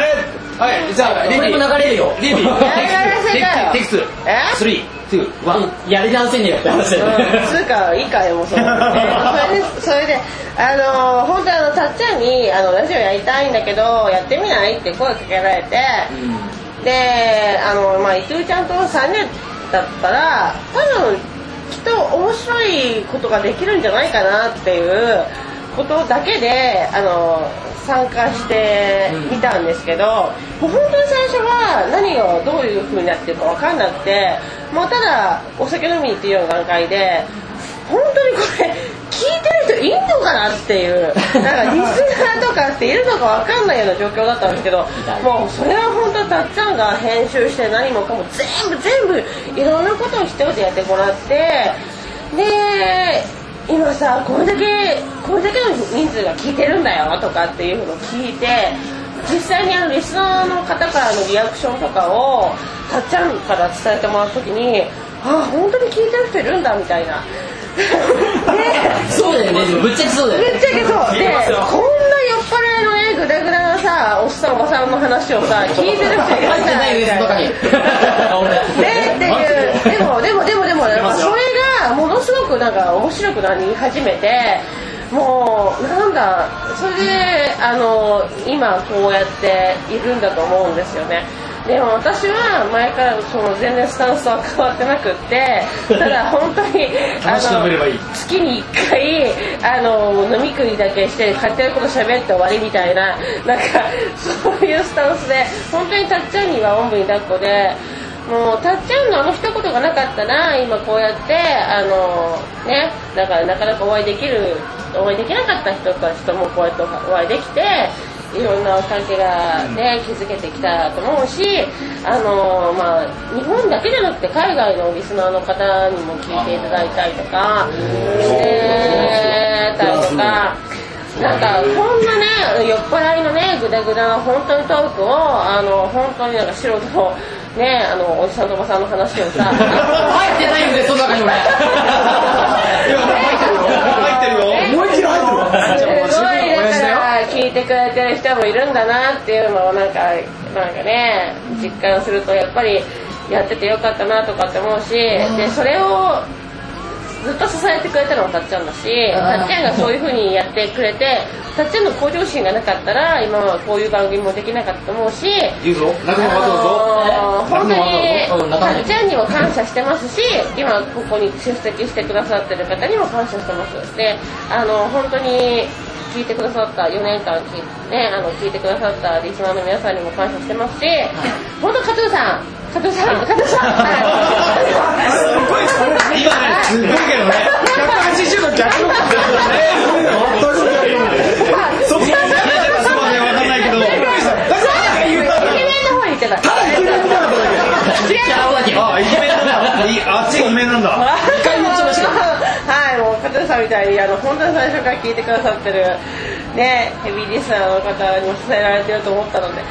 はいじゃあリこビれも流れるよ。リビやテイクツースリーツーワンやり直せねえよって話だよおい、ね。うん、つうか、いいかよ、もうそれ。それで、それで、あの、本当あの、たっちゃんに、あの、ラジオやりたいんだけど、やってみないって声かけられて、で、あの、まあ、伊藤ちゃんと3人だったら、多分、きっと面白いことができるんじゃないかなっていうことだけで、あの、参加してみたんですけど、もう本当に最初は何がどういう風になってるかわかんなくて、もうただお酒飲みに行っていうような段階で、本当にこれ聞いてる人いんのかなっていうなんかリスナーとかっているのかわかんないような状況だったんですけどもうそれは本当たっちゃんが編集して何もかも全部全部いろんなことを一人でやってもらってで今さこれだけこれだけの人数が聞いてるんだよとかっていうのを聞いて実際にあのリスナーの方からのリアクションとかをたっちゃんから伝えてもらうときにあ本当に聞いてる人いるんだみたいな。でそうだよね。でもぶっちゃけそうだよぶね。っちゃけそうでこんな酔っ払いのねグダグダなさおっさんおばさんの話をさ聞いてる人いるんだ入ってないよウみエスたいト となか に。でっていうでもでもでもでもなんかそれがものすごくなんか面白くなり始めてもうなんだそれであの今こうやっているんだと思うんですよねでも私は前からその全然スタンスは変わってなくってただ本当に楽しく飲めればいい月に1回あの飲み食いだけして勝手なこと喋って終わりみたいななんか そういうスタンスで本当にたっちゃんにはおんぶに抱っこでもうたっちゃんのあの一言がなかったら今こうやってあのねだからなかなかお会いできるお会いできなかった人たちともこうやってお会いできていろんな関係がね築けてきたと思うしあのまあ日本だけじゃなくて海外のリスナーの方にも聞いていただいたりとかしてたりとか。なんかこんなね酔っ払いのねグダグダな本当にトークをあの本当になんか素人のねあのおじさんとおばさんの話をさ 入ってないんでその中に俺入ってるよ入ってるよすごいだから聞いてくれてる人もいるんだなっていうのをなんかなんかね実感するとやっぱりやっててよかったなとかって思うしでそれをずっと支えてくれたのはたっちゃんだし、たっちゃんがそういう風にやってくれて、たっちゃんの向上心がなかったら、今はこういう番組もできなかったと思うし、言うぞ中野あのー本うん当に、中野たっちゃんにも感謝してますし、今ここに出席してくださってる方にも感謝してます。で、あの、本当に、聞いてくださった、4年間聞い,、ね、あの聞いてくださったリスナーの皆さんにも感謝してますし、本当、加藤さん、加藤さん、加藤さん、はいすっごい今ねすっごいけどね180度逆のことそそうですまでわかんないけどイケメンの方に行ってた。あイケメンなんだいあっちがイケメンなんだはい、もう加藤さんみたいにあの本当に最初から聞いてくださってる、ね、ヘビーリスナーの方にも支えられてると思ったので。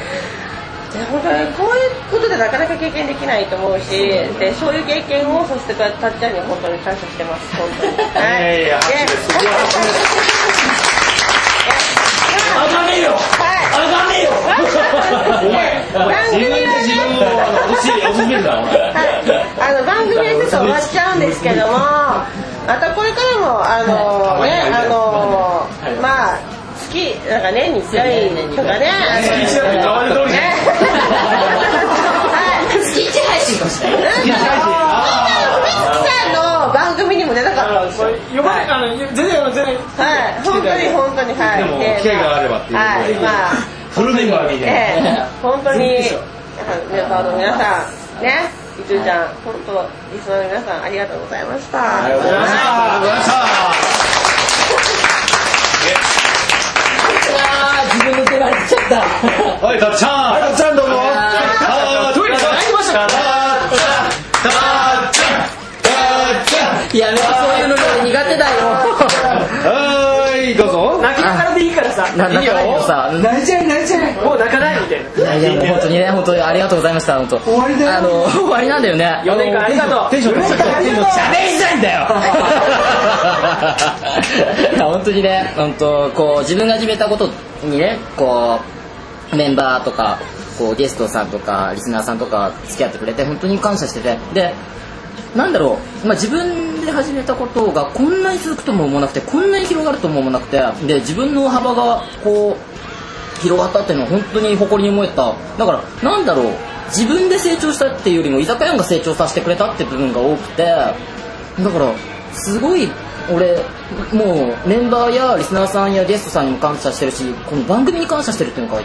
で本当にこういうことでなかなか経験できないと思うし、でそういう経験をさせてくれたたっちゃんに本当に感謝してます、本当に。はいやいやであかねえよあはかねえよい。番組はね自分をあの落とし落ちるんだお前はい、あの番組はちょっと終わっちゃうんですけども、またこれからも、あのね、あのまあ、月、なんか年に1回とかね、あの一年に 変わる通りねじゃんはい月一配信かもしれないなんかみんなの番組にも出なかったんですよ。呼ばれあの全然全然はい、本当に本当に、はい。でもで機会があればっていうはい、まあ。フルメンバーみたいなええ、本当に、メンバーの皆さん、ね、いつちゃん、本当、リスナーの皆さん、ありがとうございました。ありがとうございました。ありがとうございましたあー自分の手が入っちゃったはい、たっちゃん。はい、たっちゃん、どうも。あー、トイレ入りましたたっちゃん。たっちゃん。たっちゃいや、めっちゃそういうの俺苦手だよ。ん。はーい、どうぞ。泣きながらでいいからさなんだかいいよよさ、泣いちゃい泣いちゃいもう泣かないみたいないやいや、もう本当にね、本当にありがとうございました、本当。終わりだよあの、終わりなんだよね。 4年間ありがとうテンション高い。テンション高い。いや 本当にね本当こう自分が始めたことにねこうメンバーとかこうゲストさんとかリスナーさんとか付き合ってくれて本当に感謝しててでなんだろう、まあ、自分で始めたことがこんなに続くとも思わなくてこんなに広がるとも思わなくてで自分の幅がこう広がったっていうのは本当に誇りに思えただからなんだろう自分で成長したっていうよりも居酒屋が成長させてくれたって部分が多くてだからすごい俺もうメンバーやリスナーさんやゲストさんにも感謝してるしこの番組に感謝してるっていうのが大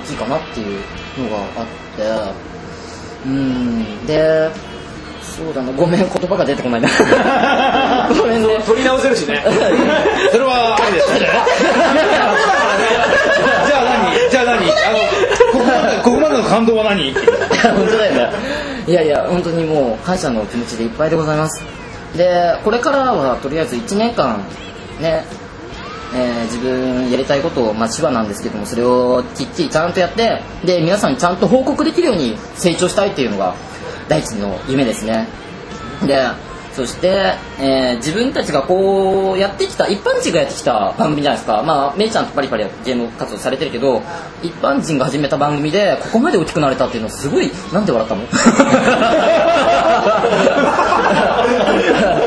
きいかなっていうのがあってうんでそうだなごめん言葉が出てこない なごめんね取り直せるし ねそれは、あれです。じゃあ何じゃあ何あの、ここまで、ここまでの感動は何いや 本当だよねいやいや本当にもう感謝の気持ちでいっぱいでございますでこれからはとりあえず1年間ね、えー自分やりたいことをまあ千葉なんですけどもそれをきっちりちゃんとやってで皆さんにちゃんと報告できるように成長したいっていうのが第一の夢ですねでそして、えー自分たちがこうやってきた一般人がやってきた番組じゃないですかまあめいちゃんとパリパリゲーム活動されてるけど一般人が始めた番組でここまで大きくなれたっていうのはすごいなんで笑 ったの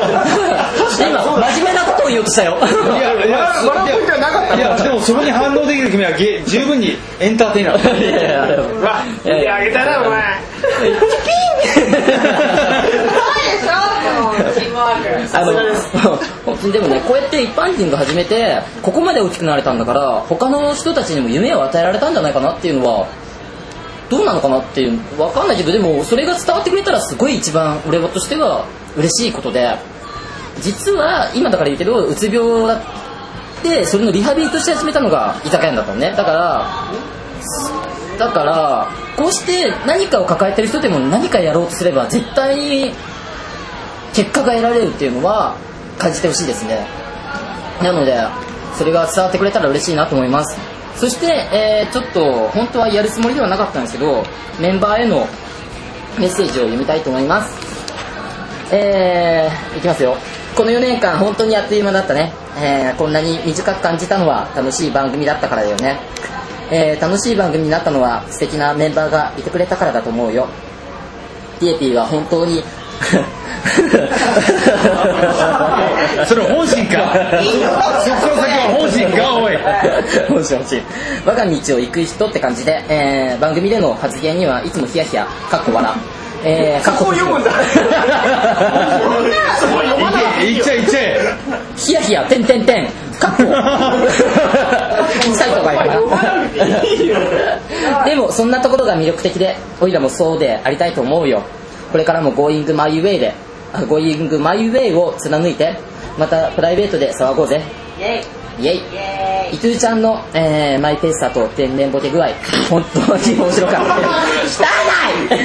今真面目なことを言おうとしたよいや、いや、笑うポイントはなかったいや、でもそれに反応できる君はげ十分にエンターテイナーだ。いやいやあれは見てあげたなお前すごいでしょ、このチームワーク。あの本当にでもねこうやって一般人が始めてここまで大きくなれたんだから他の人たちにも夢を与えられたんじゃないかなっていうのはどうなのかなっていう分かんないけどでもそれが伝わってくれたらすごい一番俺としては嬉しいことで実は今だから言うけどうつ病だってそれのリハビリとして始めたのが居酒屋だったのねだからだからこうして何かを抱えてる人でも何かやろうとすれば絶対に結果が得られるっていうのは感じてほしいですねなのでそれが伝わってくれたら嬉しいなと思いますそして、えーちょっと本当はやるつもりではなかったんですけどメンバーへのメッセージを読みたいと思いますえー、いきますよこの4年間本当にあっという間だったね、えーこんなに短く感じたのは楽しい番組だったからだよね、えー楽しい番組になったのは素敵なメンバーがいてくれたからだと思うよティエピーは本当に それ本心かそこから先は本心かおいもしもし我が道を行く人って感じで、えー番組での発言にはいつもヒヤヒヤかっこ笑えー、かっこ読むんだいっちゃえいっちゃえヒヤヒヤてんてんてんかっこサイトがいいかなでもそんなところが魅力的でおいらもそうでありたいと思うよこれからも Going My Way であ Going My Way を貫いてまたプライベートで騒ごうぜイェイイェイイェイ伊藤ちゃんの、えーマイペースさと天然ボケ具合本当に面白かった汚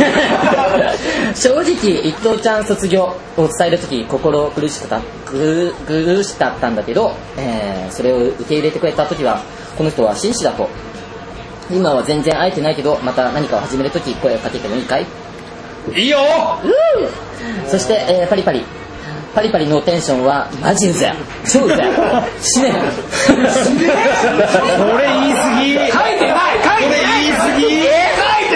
い 正直伊藤ちゃん卒業を伝える時心苦しくたぐ苦しかったんだけど、えーそれを受け入れてくれた時はこの人は紳士だと今は全然会えてないけどまた何かを始める時声をかけてもいいかいいいよそして、えーパリパリ。パリパリのテンションはマジうぜ超うぜ死ね 死 ねこれ言い過ぎ書いてない書いてないこれ言い過ぎ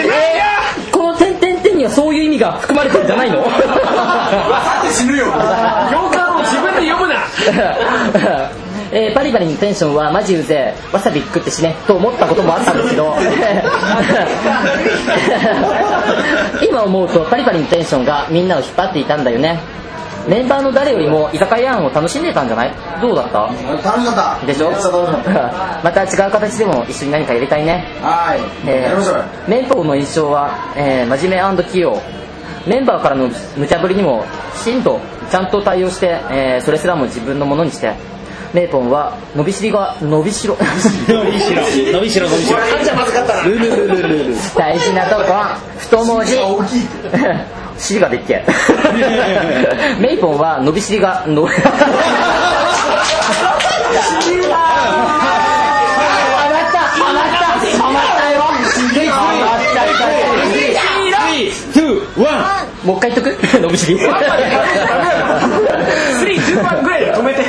この点々点にはそういう意味が含まれてるんじゃないの行間を自分で読むな えーパリパリのテンションはマジうぜわさび食って死ねと思ったこともあったんですけど 今思うとパリパリのテンションがみんなを引っ張っていたんだよねメンバーの誰よりも居酒屋案を楽しんでたんじゃないどうだった楽しかったでしょ めっちゃ楽しかっまた違う形でも一緒に何かやりたいねたはい、えやりましょうよー、メンポーの印象は、えー真面目器用メンバーからの無茶ぶりにもきちんとちゃんと対応して、えーそれすらも自分のものにしてメイポンは伸びしりが伸びしろ伸びしろ伸びしろ伸びしろルルルルルル大事なとこは太文字尻がでっけえメイポンは伸びしりがのもう一回言っとく 伸びしり3、2、1ぐらいで止めて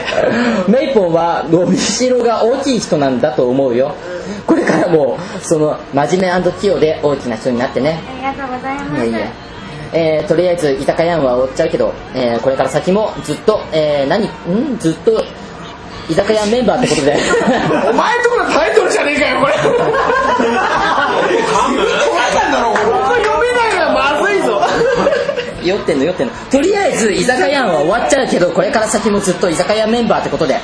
メイポンは伸びしろが大きい人なんだと思うよこれからもその真面目器用で大きな人になってねありがとうございいまやすいや、えーとりあえず居酒屋は終わっちゃうけど、えーこれから先もずっと、えー何んずっと居酒屋メンバーってことでお前んとこのタイトルじゃねえかよこれこれ読めないのはまずいぞ酔ってんの酔ってんのとりあえず居酒屋は終わっちゃうけどこれから先もずっと居酒屋メンバーってことで、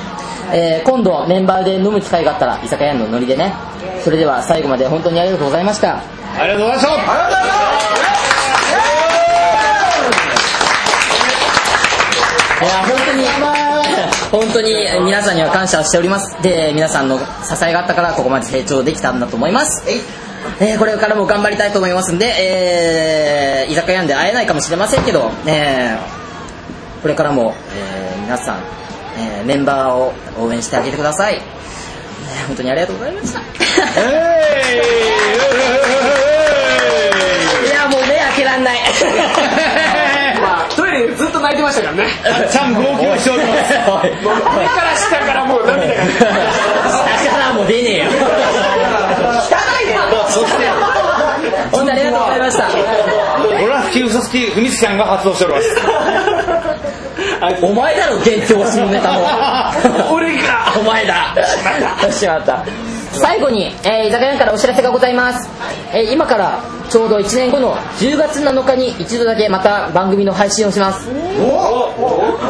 えー今度メンバーで飲む機会があったら居酒屋のノリでねそれでは最後まで本当にありがとうございましたありがとうございましたいや本当に、本当に皆さんには感謝をしておりますで皆さんの支えがあったからここまで成長できたんだと思いますえーこれからも頑張りたいと思いますんで、えー居酒屋で会えないかもしれませんけど、えーこれからも、えー皆さん、えーメンバーを応援してあげてください、えー本当にありがとうございました いやもう目開けらんない まあトイレでずっと泣いてましたからねちゃん号泣しております目から下からもう涙が 下からもう出ねえよ本当にありがとうございました俺は吹き嘘つきふみつきさんが発動しております お前だろ現況しのネタ も俺がお前だ しまった最後に、えー居酒屋からお知らせがございます、えー今からちょうど1年後の10月7日に一度だけまた番組の配信をします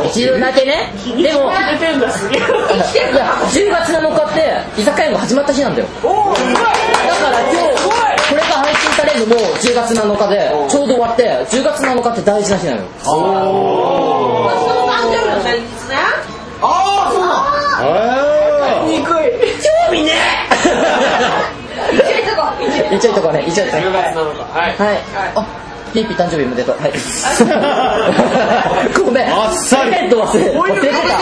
一度だけねでもいや10月7日って居酒屋が始まった日なんだよだから今日これが配信されるのも10月7日でちょうど終わって10月7日って大事な日なのよその誕生日の前日ねああそうだあ言っちゃいとこね言っちゃいとこ10月7日はいはい。あ、ピーピー誕生日おめでとう。はい。 ごめん。あっさり。ペント忘れて。こういう出てこういうた。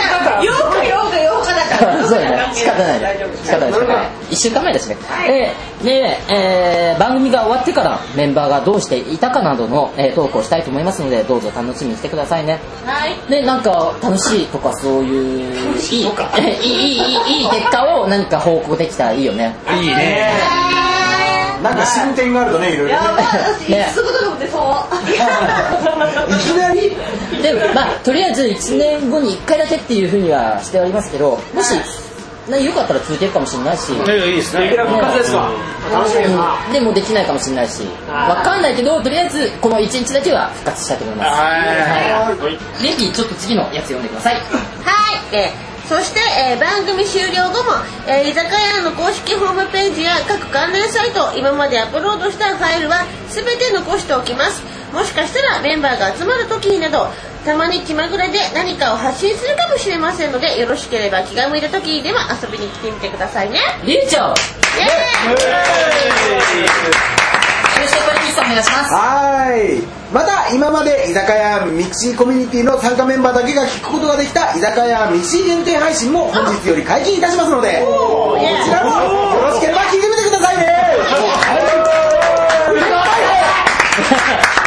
8日8日8日だからそうだね。仕方ない大丈ね夫。仕方ない。仕方ない。一週間前ですね。えーねえー番組が終わってからメンバーがどうしていたかなどのえートークをしたいと思いますので、どうぞ楽しみにしてくださいね。はいね、なんか楽しいとかそういう楽しいとかいいいいいいいい結果を何か報告できたらいいよね。いいねなんか進展があるとねいろいろやばいね私すぐとか出そういきなりでもまあとりあえず1年後に1回だけっていうふうにはしておりますけどもし、ね、よかったら続けるかもしれないし、いやいいですねレギュラー復活ですわ楽しみですなうんでもできないかもしれないしわかんないけどとりあえずこの1日だけは復活したいと思いますはいレギちょっと次のやつ読んでくださいはい、えーそして、えー番組終了後も、えー居酒屋の公式ホームページや各関連サイト今までアップロードしたファイルは全て残しておきますもしかしたらメンバーが集まる時などたまに気まぐれで何かを発信するかもしれませんのでよろしければ気が向いた時でも遊びに来てみてくださいねりゅうちゃんイエーイそしてこれピーさんお願いしますはいまた今まで居酒屋道コミュニティの参加メンバーだけが聞くことができた居酒屋道限定配信も本日より解禁いたしますのでこちらもよろしければ聞いてみてくださいね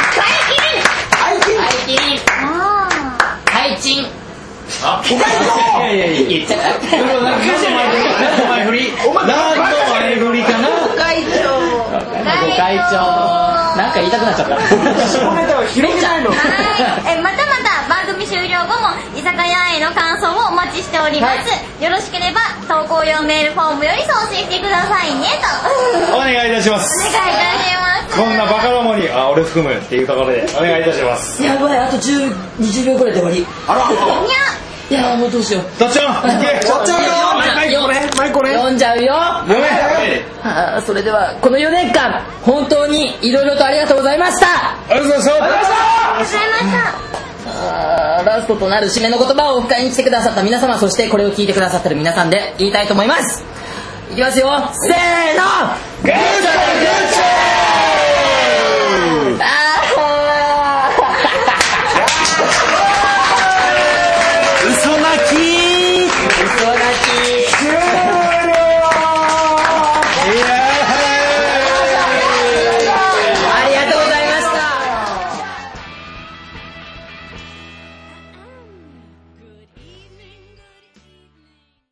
は解禁解いチンはいチン言っちゃった前振り何の前振りかな会長ご会長なんか言いたくなっちゃった禁ネタは広げないのはい、えまたまた番組終了後も居酒屋への感想をお待ちしております、よろしければ投稿用メールフォームより送信してくださいねとおお願いい願いいたしますたしますこんなバカどもにあ俺含むっていうところでお願いいたしますやばいあと1020秒ぐらいで終わりにゃいやーもうどうしようどっちゃん行けっちゃうよマイコね読んじゃうよごめんあーそれではこの4年間本当にいろいろとありがとうございましたありがとうございましたありがとうございましたあーラストとなる締めの言葉をお迎えに来てくださった皆様そしてこれを聞いてくださってる皆さんで言いたいと思いますいきますよせーのグッド